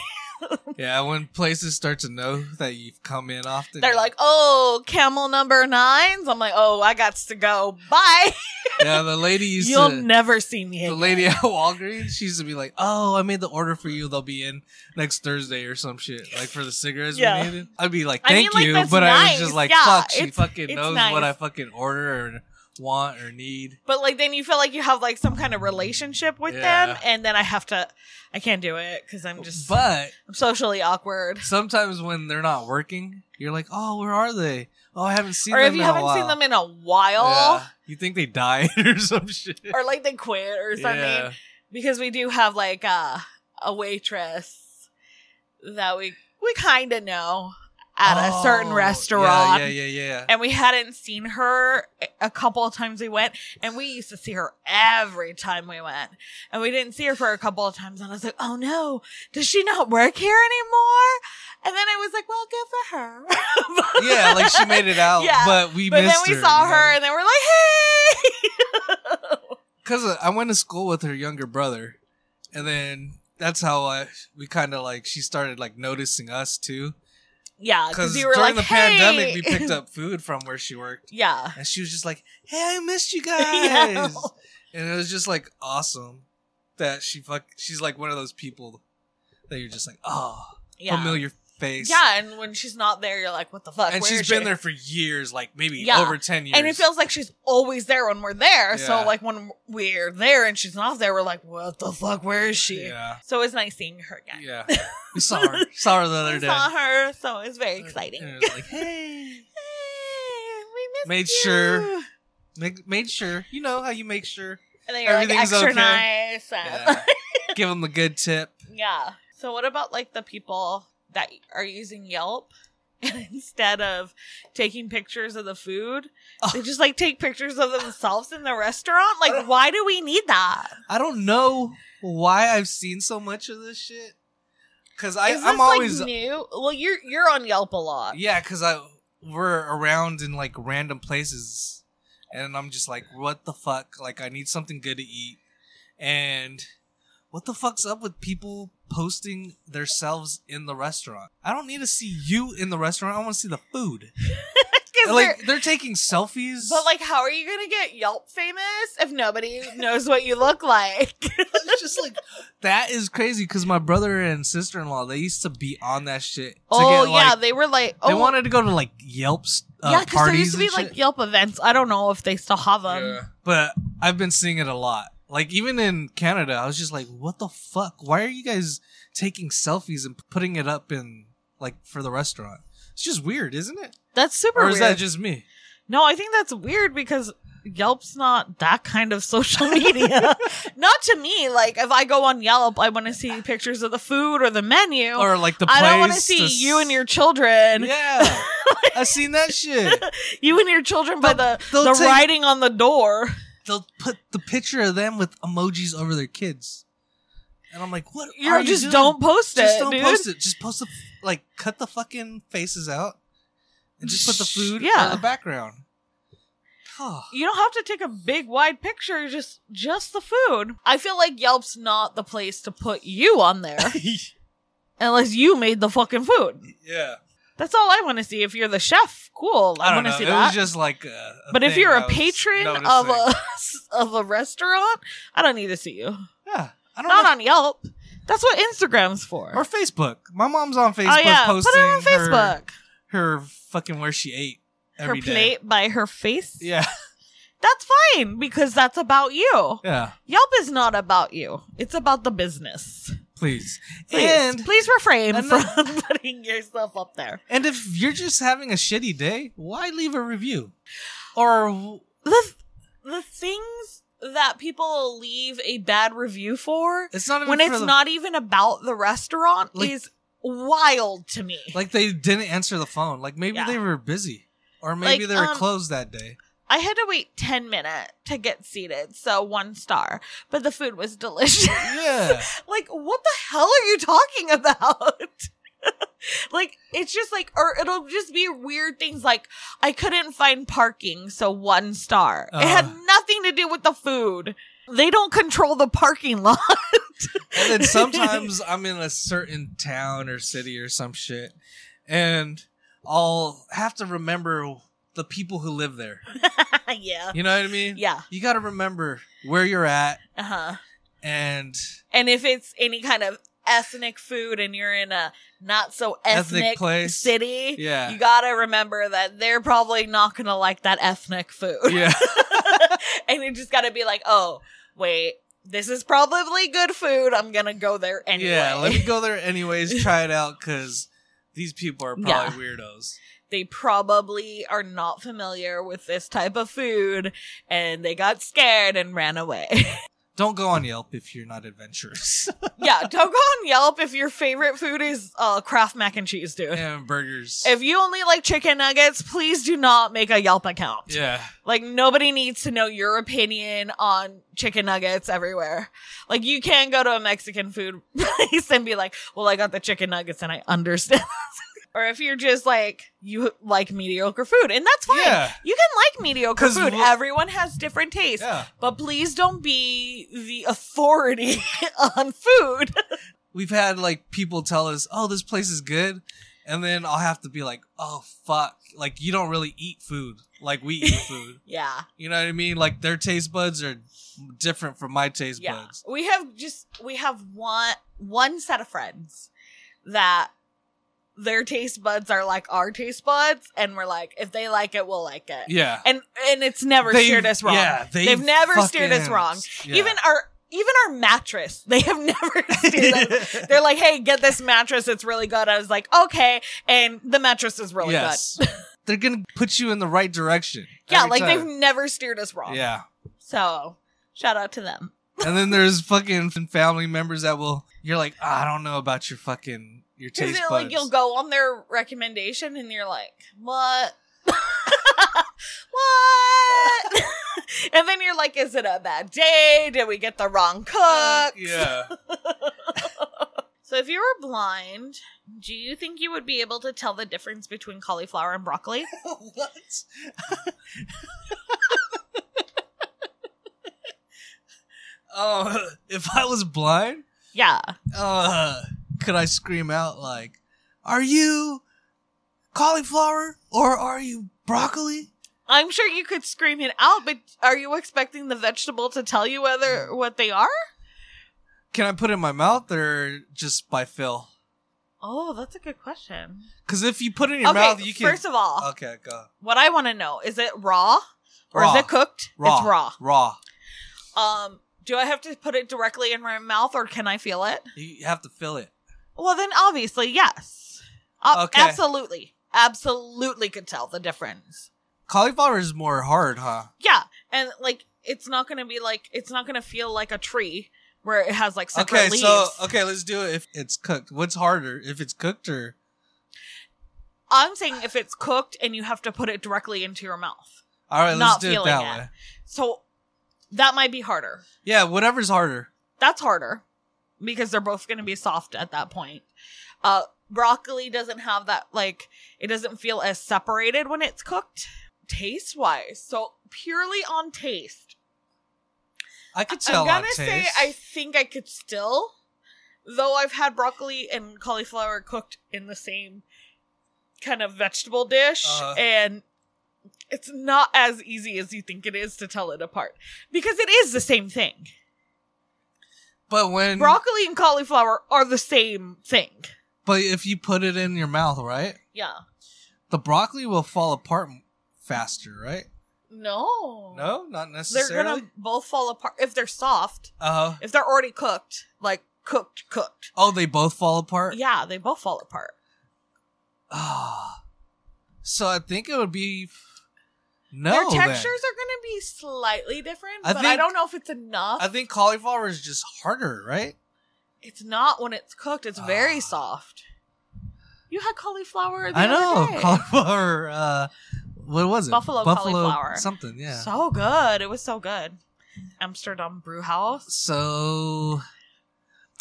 Speaker 2: yeah, when places start to know that you've come in often,
Speaker 1: They're like, oh, camel number nines. I'm like, oh, I got to go. Bye.
Speaker 2: yeah, the lady used
Speaker 1: You'll
Speaker 2: to.
Speaker 1: never see me
Speaker 2: the
Speaker 1: again.
Speaker 2: lady at Walgreens, she used to be like, "Oh, I made the order for you. They'll be in next Thursday or some shit, like for the cigarettes
Speaker 1: Yeah.
Speaker 2: we needed." I'd be like,
Speaker 1: I mean,
Speaker 2: "Thank
Speaker 1: like,
Speaker 2: you,"
Speaker 1: that's
Speaker 2: but I was
Speaker 1: nice.
Speaker 2: just like,
Speaker 1: Yeah,
Speaker 2: "Fuck, she
Speaker 1: it's-
Speaker 2: fucking
Speaker 1: it's
Speaker 2: knows
Speaker 1: nice.
Speaker 2: what I fucking order or want or need."
Speaker 1: But like, then you feel like you have like some kind of relationship with them.
Speaker 2: Yeah.
Speaker 1: And then I have to, I can't do it because I'm just
Speaker 2: but
Speaker 1: I'm socially awkward.
Speaker 2: sometimes when they're not working, you're like, "Oh, where are they? Oh, I haven't seen
Speaker 1: Or
Speaker 2: them."
Speaker 1: if you
Speaker 2: in
Speaker 1: haven't
Speaker 2: a while.
Speaker 1: seen them in a while,
Speaker 2: Yeah. you think they died or some shit,
Speaker 1: or like they quit or something.
Speaker 2: yeah.
Speaker 1: because we do have like uh, a waitress that we we kind of know at a certain
Speaker 2: Oh,
Speaker 1: restaurant
Speaker 2: Yeah, yeah, yeah. yeah.
Speaker 1: and we hadn't seen her a couple of times we went and we used to see her every time we went and we didn't see her for a couple of times and i was like oh no does she not work here anymore and then i was like well good for her But-
Speaker 2: yeah, like she made it out,
Speaker 1: Yeah,
Speaker 2: but we
Speaker 1: but then
Speaker 2: missed
Speaker 1: we
Speaker 2: her,
Speaker 1: saw
Speaker 2: you know?
Speaker 1: her and then we're like hey
Speaker 2: because I went to school with her younger brother, and then that's how I we kind of like she started like noticing us too.
Speaker 1: yeah
Speaker 2: Because
Speaker 1: because you were
Speaker 2: during
Speaker 1: like
Speaker 2: the
Speaker 1: hey.
Speaker 2: pandemic, we picked up food from where she worked,
Speaker 1: yeah
Speaker 2: and she was just like, "Hey, I missed you
Speaker 1: Yeah.
Speaker 2: guys," and it was just like awesome that she fuck. She's like one of those people that you're just like, "Oh,
Speaker 1: yeah.
Speaker 2: familiar face."
Speaker 1: Yeah, and when she's not there, you're like, what the fuck?
Speaker 2: and
Speaker 1: Where
Speaker 2: she's
Speaker 1: is
Speaker 2: been
Speaker 1: she?
Speaker 2: there for years, like maybe
Speaker 1: Yeah.
Speaker 2: over ten years.
Speaker 1: And it feels like she's always there when we're there. So
Speaker 2: Yeah.
Speaker 1: like when we're there and she's not there, we're like, what the fuck? Where is she?
Speaker 2: yeah,
Speaker 1: So it's nice seeing her again.
Speaker 2: yeah. We saw her, saw her the other
Speaker 1: We
Speaker 2: day.
Speaker 1: saw her, so it's very exciting.
Speaker 2: And it was like, hey.
Speaker 1: Hey, we missed
Speaker 2: Made
Speaker 1: you.
Speaker 2: sure. Make, made sure. You know how you make sure.
Speaker 1: And then you're like
Speaker 2: Everything's
Speaker 1: extra
Speaker 2: okay.
Speaker 1: nice. and-
Speaker 2: Yeah. Give them the good tip.
Speaker 1: yeah. So what about like the people that are using Yelp? And instead of taking pictures of the food, they just like take pictures of themselves in the restaurant. Like, why do we need that?
Speaker 2: I don't know why I've seen so much of this shit. Cause I,
Speaker 1: Is this,
Speaker 2: I'm
Speaker 1: like,
Speaker 2: always
Speaker 1: new. Well, you're you're on Yelp a lot.
Speaker 2: yeah. Cause I we're around in like random places, and I'm just like, what the fuck? Like, I need something good to eat, and what the fuck's up with people posting themselves in the restaurant? I don't need to see you in the restaurant. I want to see the food.
Speaker 1: 'Cause
Speaker 2: Like
Speaker 1: they're-
Speaker 2: they're taking selfies.
Speaker 1: but like, how are you gonna get Yelp famous if nobody knows what you look like?
Speaker 2: it's just like that is crazy because my brother and sister in law they used to be on that shit. To
Speaker 1: oh
Speaker 2: get,
Speaker 1: yeah,
Speaker 2: like,
Speaker 1: they were like, oh,
Speaker 2: they wanted to go to like Yelp's uh,
Speaker 1: yeah, because there
Speaker 2: parties
Speaker 1: used to be
Speaker 2: and
Speaker 1: like
Speaker 2: shit.
Speaker 1: Yelp events. I don't know if they still have them.
Speaker 2: But I've been seeing it a lot. Like even in Canada, I was just like, "What the fuck? Why are you guys taking selfies and putting it up in like for the restaurant?" It's just weird, isn't it?
Speaker 1: That's super
Speaker 2: Or is
Speaker 1: weird.
Speaker 2: that just me?
Speaker 1: no, I think that's weird because Yelp's not that kind of social media. not to me. Like if I go on Yelp, I want to see pictures of the food or the menu.
Speaker 2: Or like the place?
Speaker 1: I don't want to
Speaker 2: the
Speaker 1: see
Speaker 2: s-
Speaker 1: you and your children.
Speaker 2: yeah. I've seen that shit.
Speaker 1: You and your children by the
Speaker 2: They'll
Speaker 1: the
Speaker 2: take-
Speaker 1: writing on the door.
Speaker 2: they'll put the picture of them with emojis over their kids, and I'm like, "What?
Speaker 1: You
Speaker 2: are
Speaker 1: know, just
Speaker 2: doing?
Speaker 1: don't post it,
Speaker 2: just don't
Speaker 1: dude.
Speaker 2: post it. Just post the f- like cut the fucking faces out and just put the
Speaker 1: Sh-
Speaker 2: food
Speaker 1: yeah.
Speaker 2: in the background." Oh,
Speaker 1: You don't have to take a big wide picture. Just just the food. I feel like Yelp's not the place to put you on there unless you made the fucking food.
Speaker 2: yeah.
Speaker 1: That's all I want to see. If you're the chef, cool. I,
Speaker 2: I don't
Speaker 1: want
Speaker 2: know.
Speaker 1: to see
Speaker 2: it
Speaker 1: that.
Speaker 2: was just like, a, a
Speaker 1: but if
Speaker 2: thing
Speaker 1: you're
Speaker 2: I
Speaker 1: a
Speaker 2: was
Speaker 1: patron of
Speaker 2: noticing.
Speaker 1: a of a restaurant, I don't need to see you.
Speaker 2: yeah, I don't
Speaker 1: Not
Speaker 2: know.
Speaker 1: on Yelp. That's what Instagram's for.
Speaker 2: or Facebook. My mom's on Facebook
Speaker 1: oh yeah, put
Speaker 2: posting
Speaker 1: it on
Speaker 2: her-
Speaker 1: Facebook.
Speaker 2: Her, fucking where she ate
Speaker 1: Her
Speaker 2: every day.
Speaker 1: plate by her face.
Speaker 2: Yeah,
Speaker 1: That's fine because that's about you.
Speaker 2: yeah.
Speaker 1: Yelp is not about you. It's about the business.
Speaker 2: Please,
Speaker 1: Please,
Speaker 2: and
Speaker 1: please refrain
Speaker 2: and
Speaker 1: from putting yourself up there.
Speaker 2: And if you're just having a shitty day, why leave a review? Or w-
Speaker 1: The the things that people leave a bad review for
Speaker 2: it's not even
Speaker 1: when
Speaker 2: for
Speaker 1: it's
Speaker 2: the-
Speaker 1: not even about the restaurant
Speaker 2: Like-
Speaker 1: is wild to me.
Speaker 2: like they didn't answer the phone. Like maybe
Speaker 1: Yeah.
Speaker 2: they were busy, or maybe
Speaker 1: Like,
Speaker 2: they were
Speaker 1: um,
Speaker 2: closed that day.
Speaker 1: I had to wait 10 minutes to get seated, so one star, but the food was delicious.
Speaker 2: Yeah,
Speaker 1: like what the hell are you talking about like it's just like or it'll just be weird things like i couldn't find parking so one star it had
Speaker 2: Uh.
Speaker 1: nothing to do with the food they don't control the parking lot
Speaker 2: and then sometimes I'm in a certain town or city or some shit, and I'll have to remember the people who live there.
Speaker 1: yeah
Speaker 2: You know what I mean?
Speaker 1: yeah
Speaker 2: You got to remember where you're at
Speaker 1: uh-huh
Speaker 2: and
Speaker 1: and if it's any kind of ethnic food and you're in a not so ethnic,
Speaker 2: ethnic place.
Speaker 1: city
Speaker 2: Yeah.
Speaker 1: you gotta remember that they're probably not gonna like that ethnic food
Speaker 2: yeah.
Speaker 1: and you just got to be like, oh, wait, this is probably good food. I'm gonna go there anyway.
Speaker 2: Yeah, let me go there anyways, try it out because these people are probably weirdos.
Speaker 1: they probably are not familiar with this type of food, and they got scared and ran away.
Speaker 2: Don't go on Yelp if you're not adventurous.
Speaker 1: yeah, don't go on Yelp if your favorite food is uh, Kraft mac and cheese, dude.
Speaker 2: and burgers.
Speaker 1: If you only like chicken nuggets, please do not make a Yelp account.
Speaker 2: yeah.
Speaker 1: Like nobody needs to know your opinion on chicken nuggets everywhere. Like you can go to a Mexican food place and be like, "Well, I got the chicken nuggets and I understand." or if you're just like you like mediocre food, and that's fine.
Speaker 2: Yeah.
Speaker 1: You can like mediocre
Speaker 2: 'Cause
Speaker 1: food.
Speaker 2: wh-
Speaker 1: Everyone has different tastes.
Speaker 2: Yeah.
Speaker 1: But please don't be the authority on food.
Speaker 2: We've had like people tell us, oh, this place is good. And then I'll have to be like, oh, fuck. Like, you don't really eat food like we eat food.
Speaker 1: Yeah.
Speaker 2: You know what I mean? Like, their taste buds are different from my taste
Speaker 1: yeah
Speaker 2: buds.
Speaker 1: we have just we have one one set of friends that their taste buds are like our taste buds and we're like if they like it we'll like it
Speaker 2: Yeah.
Speaker 1: and and it's never
Speaker 2: They've-
Speaker 1: steered us wrong
Speaker 2: Yeah, they
Speaker 1: They've never steered us
Speaker 2: fucking-
Speaker 1: wrong.
Speaker 2: yeah.
Speaker 1: even our even our mattress they have never steered us they're like hey get this mattress it's really good i was like okay and the mattress is really
Speaker 2: They're gonna put you in the right direction.
Speaker 1: good yeah
Speaker 2: every
Speaker 1: like
Speaker 2: time.
Speaker 1: they've never steered us wrong
Speaker 2: Yeah.
Speaker 1: so shout out to them
Speaker 2: And then there's fucking family members that will you're like, "Ah, I don't know about your fucking your
Speaker 1: Because
Speaker 2: taste
Speaker 1: it,
Speaker 2: buds.
Speaker 1: like you'll go on their recommendation and you're like, what? what? and then you're like,
Speaker 2: Uh,
Speaker 1: is it a bad day? Did we get the wrong cook?
Speaker 2: Yeah.
Speaker 1: So if you were blind, do you think you would be able to tell the difference between cauliflower and broccoli?
Speaker 2: what? oh, if I was blind,
Speaker 1: Yeah.
Speaker 2: uh, could I scream out like, "Are you cauliflower or are you broccoli?"
Speaker 1: I'm sure you could scream it out, but are you expecting the vegetable to tell you
Speaker 2: Mm.
Speaker 1: whether what they are?
Speaker 2: Can I put it in my mouth or just by feel?
Speaker 1: Oh, that's a good question.
Speaker 2: Because if you put it in your
Speaker 1: okay,
Speaker 2: mouth, you can. uh
Speaker 1: first of all,
Speaker 2: okay, go.
Speaker 1: what I want to know is it raw or
Speaker 2: Raw.
Speaker 1: is it cooked?
Speaker 2: Raw.
Speaker 1: It's raw.
Speaker 2: Raw.
Speaker 1: Um, do I have to put it directly in my mouth or can I feel it?
Speaker 2: You have to feel it.
Speaker 1: Well, then obviously yes. Uh,
Speaker 2: Okay.
Speaker 1: Absolutely, absolutely could tell the difference.
Speaker 2: Cauliflower is more hard, huh?
Speaker 1: Yeah, and like it's not gonna be like it's not gonna feel like a tree where it has like separate
Speaker 2: okay,
Speaker 1: leaves.
Speaker 2: so uh, okay, let's do it. If it's cooked, what's harder? If it's cooked or
Speaker 1: I'm saying if it's cooked and you have to put it directly into your mouth,
Speaker 2: all right,
Speaker 1: Not
Speaker 2: let's do it
Speaker 1: feeling
Speaker 2: that
Speaker 1: it.
Speaker 2: way.
Speaker 1: so that might be harder.
Speaker 2: Yeah, whatever's harder.
Speaker 1: That's harder because they're both gonna be soft at that point. Uh, broccoli doesn't have that like it doesn't feel as separated when it's cooked taste wise. So purely on taste.
Speaker 2: I could tell.
Speaker 1: I'm
Speaker 2: on
Speaker 1: gonna say
Speaker 2: taste.
Speaker 1: I think I could still, though I've had broccoli and cauliflower cooked in the same kind of vegetable dish,
Speaker 2: Uh-huh.
Speaker 1: and it's not as easy as you think it is to tell it apart because it is the same thing.
Speaker 2: but when
Speaker 1: Broccoli and cauliflower are the same thing.
Speaker 2: but if you put it in your mouth, right,
Speaker 1: Yeah.
Speaker 2: the broccoli will fall apart m- faster, right?
Speaker 1: No.
Speaker 2: No, not
Speaker 1: They're
Speaker 2: necessarily.
Speaker 1: gonna both fall apart if they're soft.
Speaker 2: Uh,
Speaker 1: If they're already cooked, like cooked, cooked.
Speaker 2: oh, they both fall apart.
Speaker 1: Yeah, they both fall apart.
Speaker 2: Ah. so I think it would be no.
Speaker 1: Their
Speaker 2: then.
Speaker 1: textures are going to be slightly different,
Speaker 2: I
Speaker 1: but I
Speaker 2: think-
Speaker 1: don't know if it's enough.
Speaker 2: I think cauliflower is just harder, right?
Speaker 1: it's not when it's cooked. It's very
Speaker 2: Ah.
Speaker 1: soft. You had cauliflower. The
Speaker 2: I know
Speaker 1: Other day.
Speaker 2: cauliflower. Uh, what was it?
Speaker 1: Buffalo cauliflower.
Speaker 2: Something, yeah. So,
Speaker 1: So good. It was so good. Amsterdam Brew House.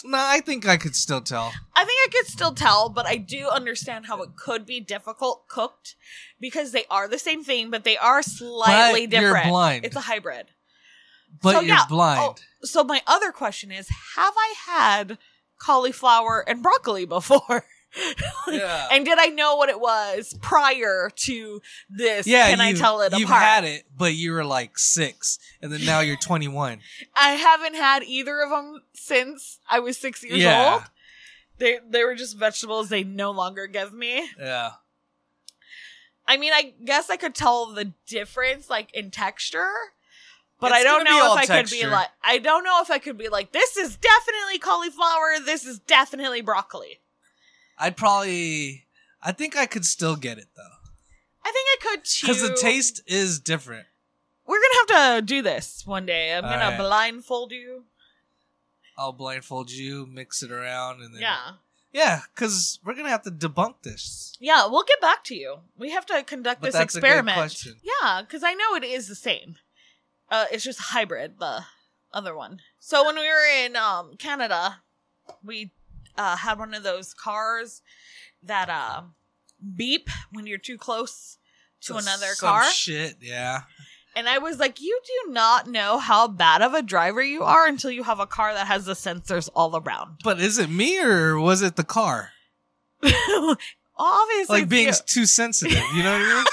Speaker 2: no, I think I could still tell.
Speaker 1: I think I could still tell, but I do understand how it could be difficult cooked because they are the same thing, but they are slightly
Speaker 2: But
Speaker 1: different.
Speaker 2: You're blind,
Speaker 1: It's a hybrid.
Speaker 2: but
Speaker 1: so,
Speaker 2: you're
Speaker 1: yeah.
Speaker 2: blind.
Speaker 1: So my other question is, have I had cauliflower and broccoli before? Oh.
Speaker 2: yeah,
Speaker 1: And did I know what it was prior to this?
Speaker 2: yeah.
Speaker 1: Can I
Speaker 2: you-
Speaker 1: tell it
Speaker 2: You've
Speaker 1: apart?
Speaker 2: had it, but you were like six, and then now you're 21.
Speaker 1: I haven't had either of them since I was six years
Speaker 2: Yeah.
Speaker 1: old. They they were just vegetables they no longer give me.
Speaker 2: yeah,
Speaker 1: I mean, I guess I could tell the difference, like in texture. But I
Speaker 2: It's
Speaker 1: don't
Speaker 2: gonna be
Speaker 1: know
Speaker 2: all
Speaker 1: if I could
Speaker 2: texture.
Speaker 1: be like I don't know if I could be like this is definitely cauliflower, this is definitely broccoli.
Speaker 2: I'd probably. I think I could still get it though,
Speaker 1: I think I could too.
Speaker 2: because the taste is different.
Speaker 1: We're gonna have to do this one day. I'm
Speaker 2: All
Speaker 1: gonna
Speaker 2: right.
Speaker 1: blindfold you.
Speaker 2: I'll blindfold you, mix it around, and then
Speaker 1: Yeah.
Speaker 2: yeah, because we're gonna have to debunk this.
Speaker 1: Yeah, we'll get back to you. We have to conduct
Speaker 2: But
Speaker 1: this
Speaker 2: that's a good
Speaker 1: experiment.
Speaker 2: question.
Speaker 1: Yeah, because I know it is the same. Uh, it's just hybrid, the other one. So when we were in um, Canada, we uh, had one of those cars that uh, beep when you're too close to another
Speaker 2: Some
Speaker 1: car.
Speaker 2: Shit, yeah.
Speaker 1: and I was like, you do not know how bad of a driver you are until you have a car that has the sensors all around.
Speaker 2: But is it me or was it the car?
Speaker 1: Obviously,
Speaker 2: like being
Speaker 1: you,
Speaker 2: too sensitive, you know what I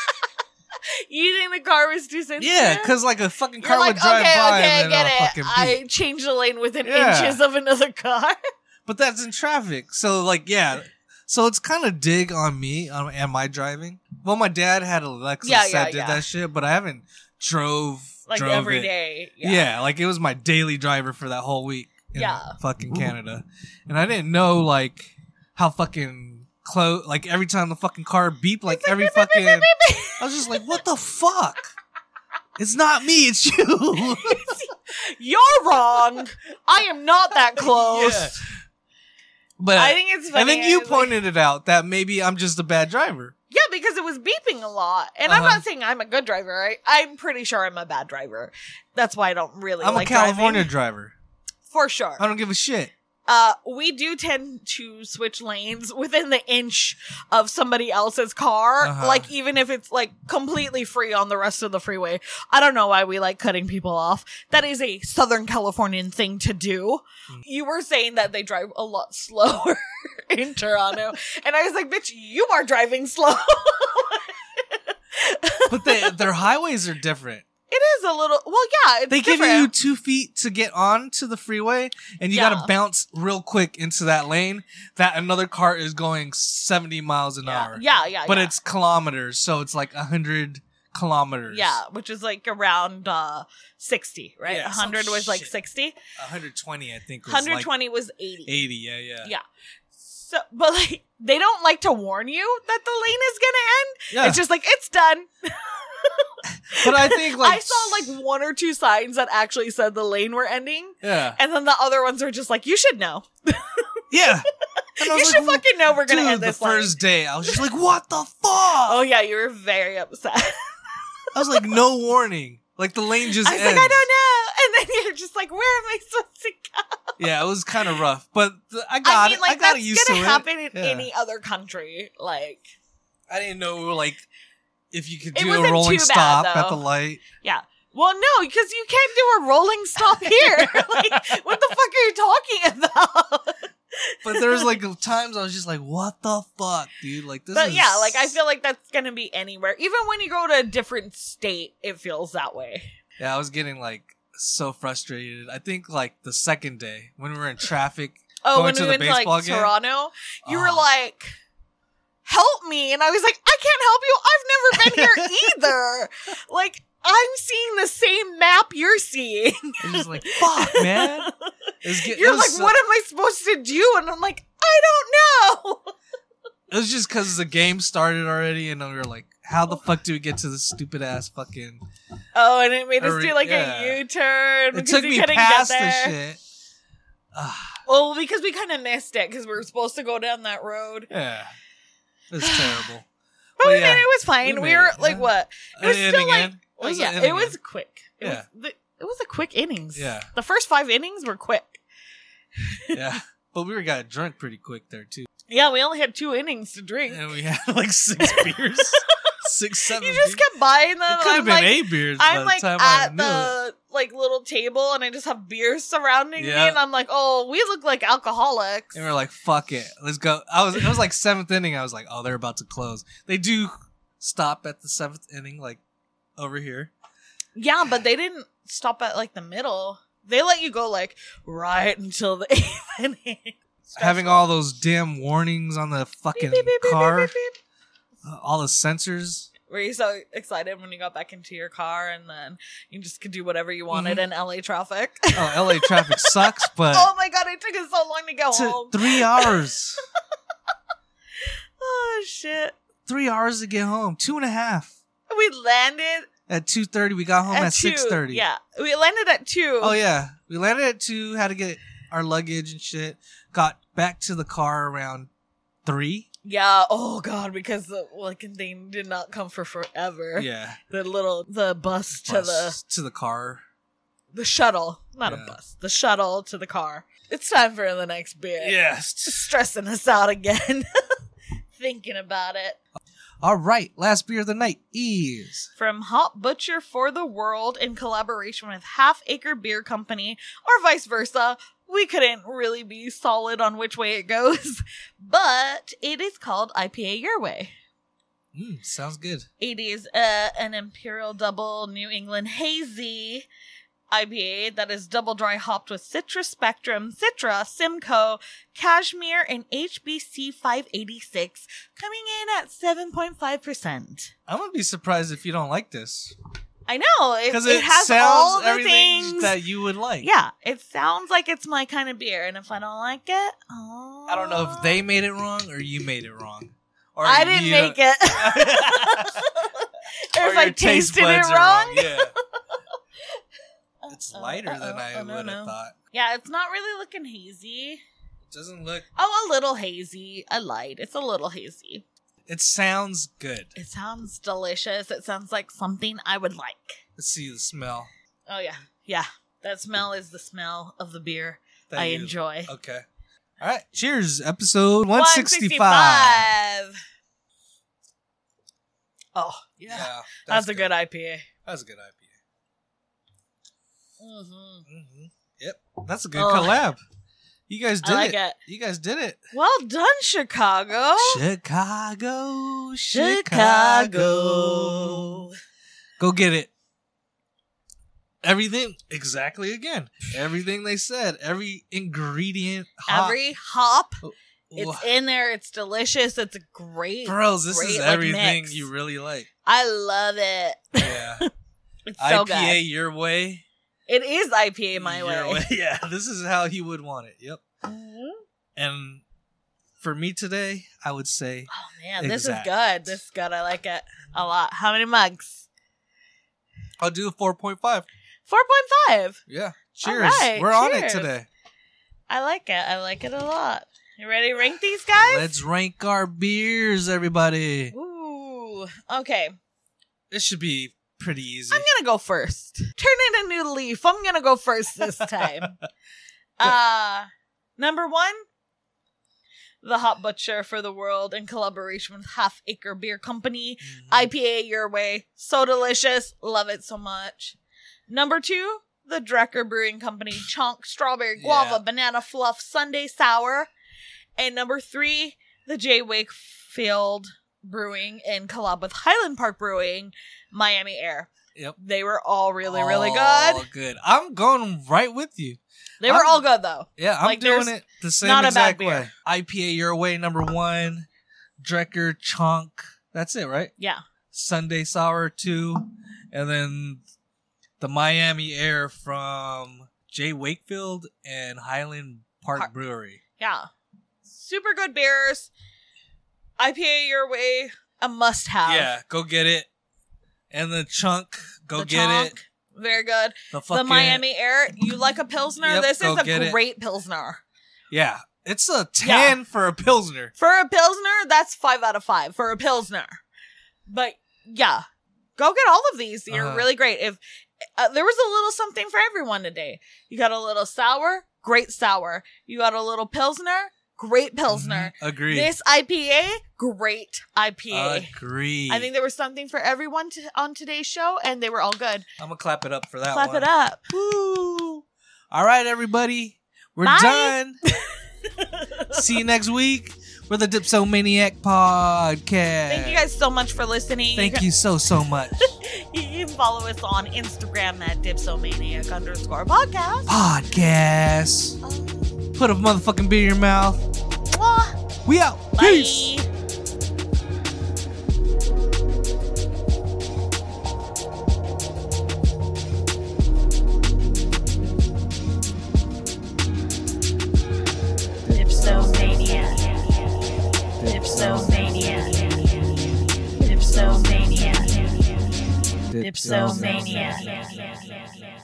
Speaker 1: you think the car was too
Speaker 2: mean?
Speaker 1: sensitive.
Speaker 2: yeah, because like a fucking
Speaker 1: You're
Speaker 2: car
Speaker 1: like,
Speaker 2: would drive
Speaker 1: okay,
Speaker 2: by
Speaker 1: okay,
Speaker 2: and then I'll
Speaker 1: I get
Speaker 2: fucking
Speaker 1: it.
Speaker 2: beep.
Speaker 1: I changed the lane within
Speaker 2: Yeah.
Speaker 1: inches of another car.
Speaker 2: But that's in traffic, so like yeah, so it's kind of dig on me. Um, am I driving? Well, my dad had an Lexus
Speaker 1: Yeah,
Speaker 2: that
Speaker 1: yeah,
Speaker 2: did
Speaker 1: yeah.
Speaker 2: that shit, but I haven't drove
Speaker 1: Like
Speaker 2: drove
Speaker 1: every
Speaker 2: it.
Speaker 1: day.
Speaker 2: Yeah. like it was my daily driver for that whole week in
Speaker 1: Yeah.
Speaker 2: fucking Canada. And I didn't know like how fucking close like every time the fucking car beeped, like every fucking I was just like, what the fuck? It's not me, it's you.
Speaker 1: You're wrong. I am not that close.
Speaker 2: Yeah. But
Speaker 1: I
Speaker 2: I
Speaker 1: think it's funny.
Speaker 2: and then you
Speaker 1: like-
Speaker 2: pointed it out that maybe I'm just a bad driver.
Speaker 1: Yeah, because it was beeping a lot. And I'm
Speaker 2: Uh-huh.
Speaker 1: not saying I'm a good driver. I, I'm pretty sure I'm a bad driver. That's why I don't really
Speaker 2: I'm
Speaker 1: like
Speaker 2: a California
Speaker 1: driving.
Speaker 2: driver.
Speaker 1: For sure.
Speaker 2: I don't give a shit.
Speaker 1: uh, we do tend to switch lanes within the inch of somebody else's car,
Speaker 2: Uh-huh.
Speaker 1: like even if it's like completely free on the rest of the freeway. I don't know why we like cutting people off. That is a Southern Californian thing to do.
Speaker 2: Mm.
Speaker 1: You were saying that they drive a lot slower in Toronto, and I was like, "Bitch, you are driving slow."
Speaker 2: But they, their highways are different.
Speaker 1: it is a little. Well, yeah, it's
Speaker 2: They give
Speaker 1: different.
Speaker 2: you two feet to get on to the freeway, and you got
Speaker 1: Yeah.
Speaker 2: to bounce real quick into that lane that another car is going 70 miles an
Speaker 1: yeah,
Speaker 2: hour.
Speaker 1: yeah, yeah,
Speaker 2: But
Speaker 1: yeah.
Speaker 2: it's kilometers, so it's like 100 kilometers.
Speaker 1: Yeah, which is like around uh 60, right?
Speaker 2: Yeah, some
Speaker 1: 100 was like
Speaker 2: shit.
Speaker 1: 60.
Speaker 2: 120, I think. Was like
Speaker 1: 120 was 80.
Speaker 2: 80, yeah, yeah.
Speaker 1: Yeah. So but like they don't like to warn you that the lane is going to end.
Speaker 2: Yeah.
Speaker 1: It's just like it's done.
Speaker 2: but I think, like.
Speaker 1: I saw like one or two signs that actually said the lane we're ending.
Speaker 2: Yeah.
Speaker 1: And then the other ones were just like, you should know.
Speaker 2: Yeah. And I
Speaker 1: You
Speaker 2: was
Speaker 1: should
Speaker 2: like,
Speaker 1: fucking know we're gonna
Speaker 2: Dude,
Speaker 1: end this
Speaker 2: the
Speaker 1: lane.
Speaker 2: first day, I was just like, "What the fuck?"
Speaker 1: Oh yeah, you were very upset.
Speaker 2: I was like, "No warning!" Like the lane just
Speaker 1: I was
Speaker 2: ends.
Speaker 1: like, I don't know. And then you're just like, where am I supposed to go?
Speaker 2: Yeah, it was kind of rough, but th- I got
Speaker 1: I mean,
Speaker 2: it.
Speaker 1: like
Speaker 2: I got
Speaker 1: that's
Speaker 2: used to
Speaker 1: gonna
Speaker 2: it.
Speaker 1: happen in
Speaker 2: Yeah.
Speaker 1: any other country. Like
Speaker 2: I didn't know like if you could
Speaker 1: It
Speaker 2: do
Speaker 1: wasn't
Speaker 2: a rolling
Speaker 1: too bad,
Speaker 2: stop at
Speaker 1: though.
Speaker 2: the light.
Speaker 1: Well, no, because you can't do a rolling stop here. like, what the fuck are you talking about?
Speaker 2: But there was like times I was just like, "What the fuck, dude!" Like this.
Speaker 1: but
Speaker 2: is...
Speaker 1: yeah, like I feel like that's gonna be anywhere. Even when you go to a different state, it feels that way.
Speaker 2: Yeah, I was getting like so frustrated. I think like the second day when we were in traffic.
Speaker 1: Oh,
Speaker 2: Going
Speaker 1: when
Speaker 2: to
Speaker 1: we
Speaker 2: the
Speaker 1: went to like
Speaker 2: baseball game?
Speaker 1: Toronto, you were
Speaker 2: oh,
Speaker 1: like, "Help me!" and I was like, "I can't help you. I've never been here either." like. I'm seeing the same map you're seeing.
Speaker 2: I was just like, "Fuck, man!" It was get- it
Speaker 1: You're
Speaker 2: was
Speaker 1: like,
Speaker 2: so-
Speaker 1: what am I supposed to do? And I'm like, I don't know.
Speaker 2: It was just because the game started already, and then we were like, "How the fuck do we get to this stupid ass fucking?"
Speaker 1: Oh, and it made us
Speaker 2: Or-
Speaker 1: do like
Speaker 2: yeah.
Speaker 1: a U turn
Speaker 2: It
Speaker 1: because
Speaker 2: took
Speaker 1: we
Speaker 2: me
Speaker 1: couldn't
Speaker 2: past
Speaker 1: get
Speaker 2: the
Speaker 1: there.
Speaker 2: shit. Ah,
Speaker 1: Well, because we kind of missed it because we were supposed to go down that road,
Speaker 2: yeah, it was terrible.
Speaker 1: but
Speaker 2: Well,
Speaker 1: we
Speaker 2: yeah,
Speaker 1: made it. It was fine. We,
Speaker 2: made
Speaker 1: were
Speaker 2: it,
Speaker 1: like
Speaker 2: yeah.
Speaker 1: what? It was
Speaker 2: An
Speaker 1: still,
Speaker 2: inning
Speaker 1: like-
Speaker 2: in.
Speaker 1: Well,
Speaker 2: was an
Speaker 1: yeah,
Speaker 2: inning
Speaker 1: it was
Speaker 2: in.
Speaker 1: quick. It
Speaker 2: Yeah.
Speaker 1: was the, it was a quick innings.
Speaker 2: Yeah.
Speaker 1: the first five innings were quick.
Speaker 2: yeah, but we were got drunk pretty quick there too,
Speaker 1: Yeah, we only had two innings to drink.
Speaker 2: and we had like six beers, six seven.
Speaker 1: you
Speaker 2: beers.
Speaker 1: just kept buying them.
Speaker 2: it could
Speaker 1: I'm
Speaker 2: have been
Speaker 1: like,
Speaker 2: eight beers by
Speaker 1: I'm
Speaker 2: the
Speaker 1: like
Speaker 2: time I
Speaker 1: at
Speaker 2: knew it.
Speaker 1: the like little table, and I just have beers surrounding
Speaker 2: Yeah.
Speaker 1: me, and I'm like, oh, we look like alcoholics.
Speaker 2: And we are like, "Fuck it, let's go." I was it was like seventh inning. I was like, "Oh, they're about to close." They do stop at the seventh inning, like over here.
Speaker 1: Yeah, but they didn't stop at like the middle. They let you go like right until the eighth inning.
Speaker 2: having all those damn warnings on the fucking
Speaker 1: Beep, beep, beep, beep,
Speaker 2: car,
Speaker 1: beep, beep, beep.
Speaker 2: uh, all the sensors.
Speaker 1: Were you so excited when you got back into your car and then you just could do whatever you wanted
Speaker 2: Mm-hmm.
Speaker 1: in LA traffic?
Speaker 2: Oh, LA traffic sucks, but
Speaker 1: oh my god, it took us so long to get
Speaker 2: to-
Speaker 1: home.
Speaker 2: three hours,
Speaker 1: Oh shit.
Speaker 2: three hours to get home, two and a half.
Speaker 1: We landed
Speaker 2: At two thirty, we got home at,
Speaker 1: at, two.
Speaker 2: Oh, six thirty.
Speaker 1: Yeah. We landed at two.
Speaker 2: Oh yeah, we landed at two. Had to get our luggage and shit. Got back to the car around three.
Speaker 1: Yeah. Oh god, because the fucking thing did not come for forever.
Speaker 2: Yeah,
Speaker 1: The little the bus to the
Speaker 2: Bus to the car.
Speaker 1: the shuttle, not
Speaker 2: Yeah.
Speaker 1: a bus, the shuttle to the car. It's time for the next beer.
Speaker 2: Yes.
Speaker 1: Stressing us out again. Thinking about it.
Speaker 2: All right, last beer of the night is
Speaker 1: From Hot Butcher for the World in collaboration with Half Acre Beer Company, or vice versa. We couldn't really be solid on which way it goes, but it is called IPA Your Way. hmm,
Speaker 2: Mm, sounds good.
Speaker 1: It is uh, an Imperial Double New England Hazy IPA that is double dry hopped with Citra Spectrum, Citra, Simcoe, Cashmere, and HBC 586, coming in at 7.5%.
Speaker 2: I'm gonna be surprised if you don't like this.
Speaker 1: I know, it,
Speaker 2: because
Speaker 1: it,
Speaker 2: it,
Speaker 1: has
Speaker 2: sounds
Speaker 1: all the
Speaker 2: everything
Speaker 1: things.
Speaker 2: that you would like.
Speaker 1: yeah, it sounds like it's my kind of beer, and if I don't like it, oh,
Speaker 2: I don't know if they made it wrong or you made it wrong. Or
Speaker 1: I didn't
Speaker 2: you-
Speaker 1: make it. or if
Speaker 2: your
Speaker 1: I
Speaker 2: taste
Speaker 1: tasted it
Speaker 2: buds are
Speaker 1: wrong. Uh,
Speaker 2: Yeah. It's
Speaker 1: Uh-oh,
Speaker 2: lighter than
Speaker 1: uh-oh,
Speaker 2: I
Speaker 1: oh,
Speaker 2: would
Speaker 1: no,
Speaker 2: have
Speaker 1: no.
Speaker 2: thought.
Speaker 1: Yeah, it's not really looking hazy.
Speaker 2: It doesn't look.
Speaker 1: Oh, a little hazy. I lied. It's a little hazy.
Speaker 2: It sounds good.
Speaker 1: It sounds delicious. It sounds like something I would like.
Speaker 2: Let's see the smell.
Speaker 1: Oh yeah, yeah. That smell is the smell of the beer
Speaker 2: that
Speaker 1: I
Speaker 2: you-
Speaker 1: enjoy.
Speaker 2: Okay. All right. Cheers. Episode 165.
Speaker 1: 165. Oh, yeah. that's, a good, IPA.
Speaker 2: That's a good IPA.
Speaker 1: Mm-hmm.
Speaker 2: hmm Yep. That's a good
Speaker 1: Oh.
Speaker 2: collab. You guys did
Speaker 1: I like
Speaker 2: it.
Speaker 1: it. Oh.
Speaker 2: You guys did it.
Speaker 1: Well done, Chicago.
Speaker 2: Chicago,
Speaker 1: Chicago.
Speaker 2: Go get it. Everything exactly again. Everything they said. Every ingredient. Hot.
Speaker 1: Every hop,
Speaker 2: Ooh,
Speaker 1: it's in there. It's delicious. It's great.
Speaker 2: bros, this
Speaker 1: great,
Speaker 2: is
Speaker 1: like,
Speaker 2: everything
Speaker 1: mix.
Speaker 2: you really like.
Speaker 1: I love it.
Speaker 2: Yeah.
Speaker 1: It's so
Speaker 2: IPA
Speaker 1: good.
Speaker 2: your way.
Speaker 1: It is IPA my
Speaker 2: your
Speaker 1: way.
Speaker 2: Yeah. This is how he would want it. Yep.
Speaker 1: Mhm.
Speaker 2: And for me today, I would say
Speaker 1: Oh man, this is
Speaker 2: Exact.
Speaker 1: good. This is good. I like it a lot. How many mugs?
Speaker 2: I'll do a 4.5.
Speaker 1: Four point five.
Speaker 2: Yeah.
Speaker 1: All
Speaker 2: Cheers.
Speaker 1: right,
Speaker 2: We're on it
Speaker 1: cheers.
Speaker 2: today.
Speaker 1: I like it. I like it a lot. You ready to rank these guys?
Speaker 2: Let's rank our beers, everybody.
Speaker 1: Ooh. Okay.
Speaker 2: This should be pretty easy.
Speaker 1: I'm gonna go first. Turn in a new leaf. I'm gonna go first this time. uh number one, the Hot Butcher for the World in collaboration with Half Acre Beer Company.
Speaker 2: Mhm.
Speaker 1: IPA your way. So delicious. Love it so much. Number two, the Drecker Brewing Company Chunk Strawberry Guava
Speaker 2: Yeah.
Speaker 1: Banana Fluff Sunday Sour. And number three, the J. Wakefield Brewing in collab with Highland Park Brewing, Miami Air.
Speaker 2: Yep.
Speaker 1: They were all really, really
Speaker 2: All
Speaker 1: good.
Speaker 2: good. I'm going right with you.
Speaker 1: They were
Speaker 2: I'm-
Speaker 1: all good though.
Speaker 2: Yeah, I'm
Speaker 1: Like,
Speaker 2: doing
Speaker 1: there's
Speaker 2: it the same
Speaker 1: not a
Speaker 2: exact
Speaker 1: bad
Speaker 2: way. IPA your way, number one. Drecker Chonk. That's it, right?
Speaker 1: Yeah.
Speaker 2: Sunday Sour two, and then the Miami Air from Jay Wakefield and Highland Park,
Speaker 1: Park.
Speaker 2: Brewery.
Speaker 1: Yeah. Super good beers. IPA your way, a must have.
Speaker 2: Yeah, go get it. And the chunk, go get it.
Speaker 1: Very good.
Speaker 2: The fucking
Speaker 1: the Miami Air. You like a pilsner?
Speaker 2: Yep,
Speaker 1: this
Speaker 2: go
Speaker 1: is a
Speaker 2: get it.
Speaker 1: great pilsner.
Speaker 2: Yeah, it's a ten for a pilsner.
Speaker 1: For a pilsner, that's five out of five for a pilsner. But yeah, go get all of these. You're
Speaker 2: Uh-huh.
Speaker 1: really great. If uh, there was a little something for everyone today, you got a little sour, great sour. You got a little pilsner, great pilsner.
Speaker 2: Mhm, Agreed.
Speaker 1: This IPA, great
Speaker 2: Uh,
Speaker 1: IPA.
Speaker 2: Agreed.
Speaker 1: I think there was something for everyone to, on today's show, and they were all good.
Speaker 2: I'm gonna clap it up for that.
Speaker 1: Clap
Speaker 2: one.
Speaker 1: it up.
Speaker 2: Woo! All right, everybody, we're
Speaker 1: Bye.
Speaker 2: done. See you next week. We're the Dipsomaniac Podcast.
Speaker 1: Thank you guys so much for listening.
Speaker 2: Thank you so so much.
Speaker 1: You can follow us on Instagram at dipsomaniac underscore podcast.
Speaker 2: Podcast. Put a motherfucking beer in your mouth.
Speaker 1: Mwah.
Speaker 2: We out.
Speaker 1: Bye.
Speaker 2: Peace.
Speaker 3: Dipsomania. Dipsomania. Dipsomania. Dipsomania.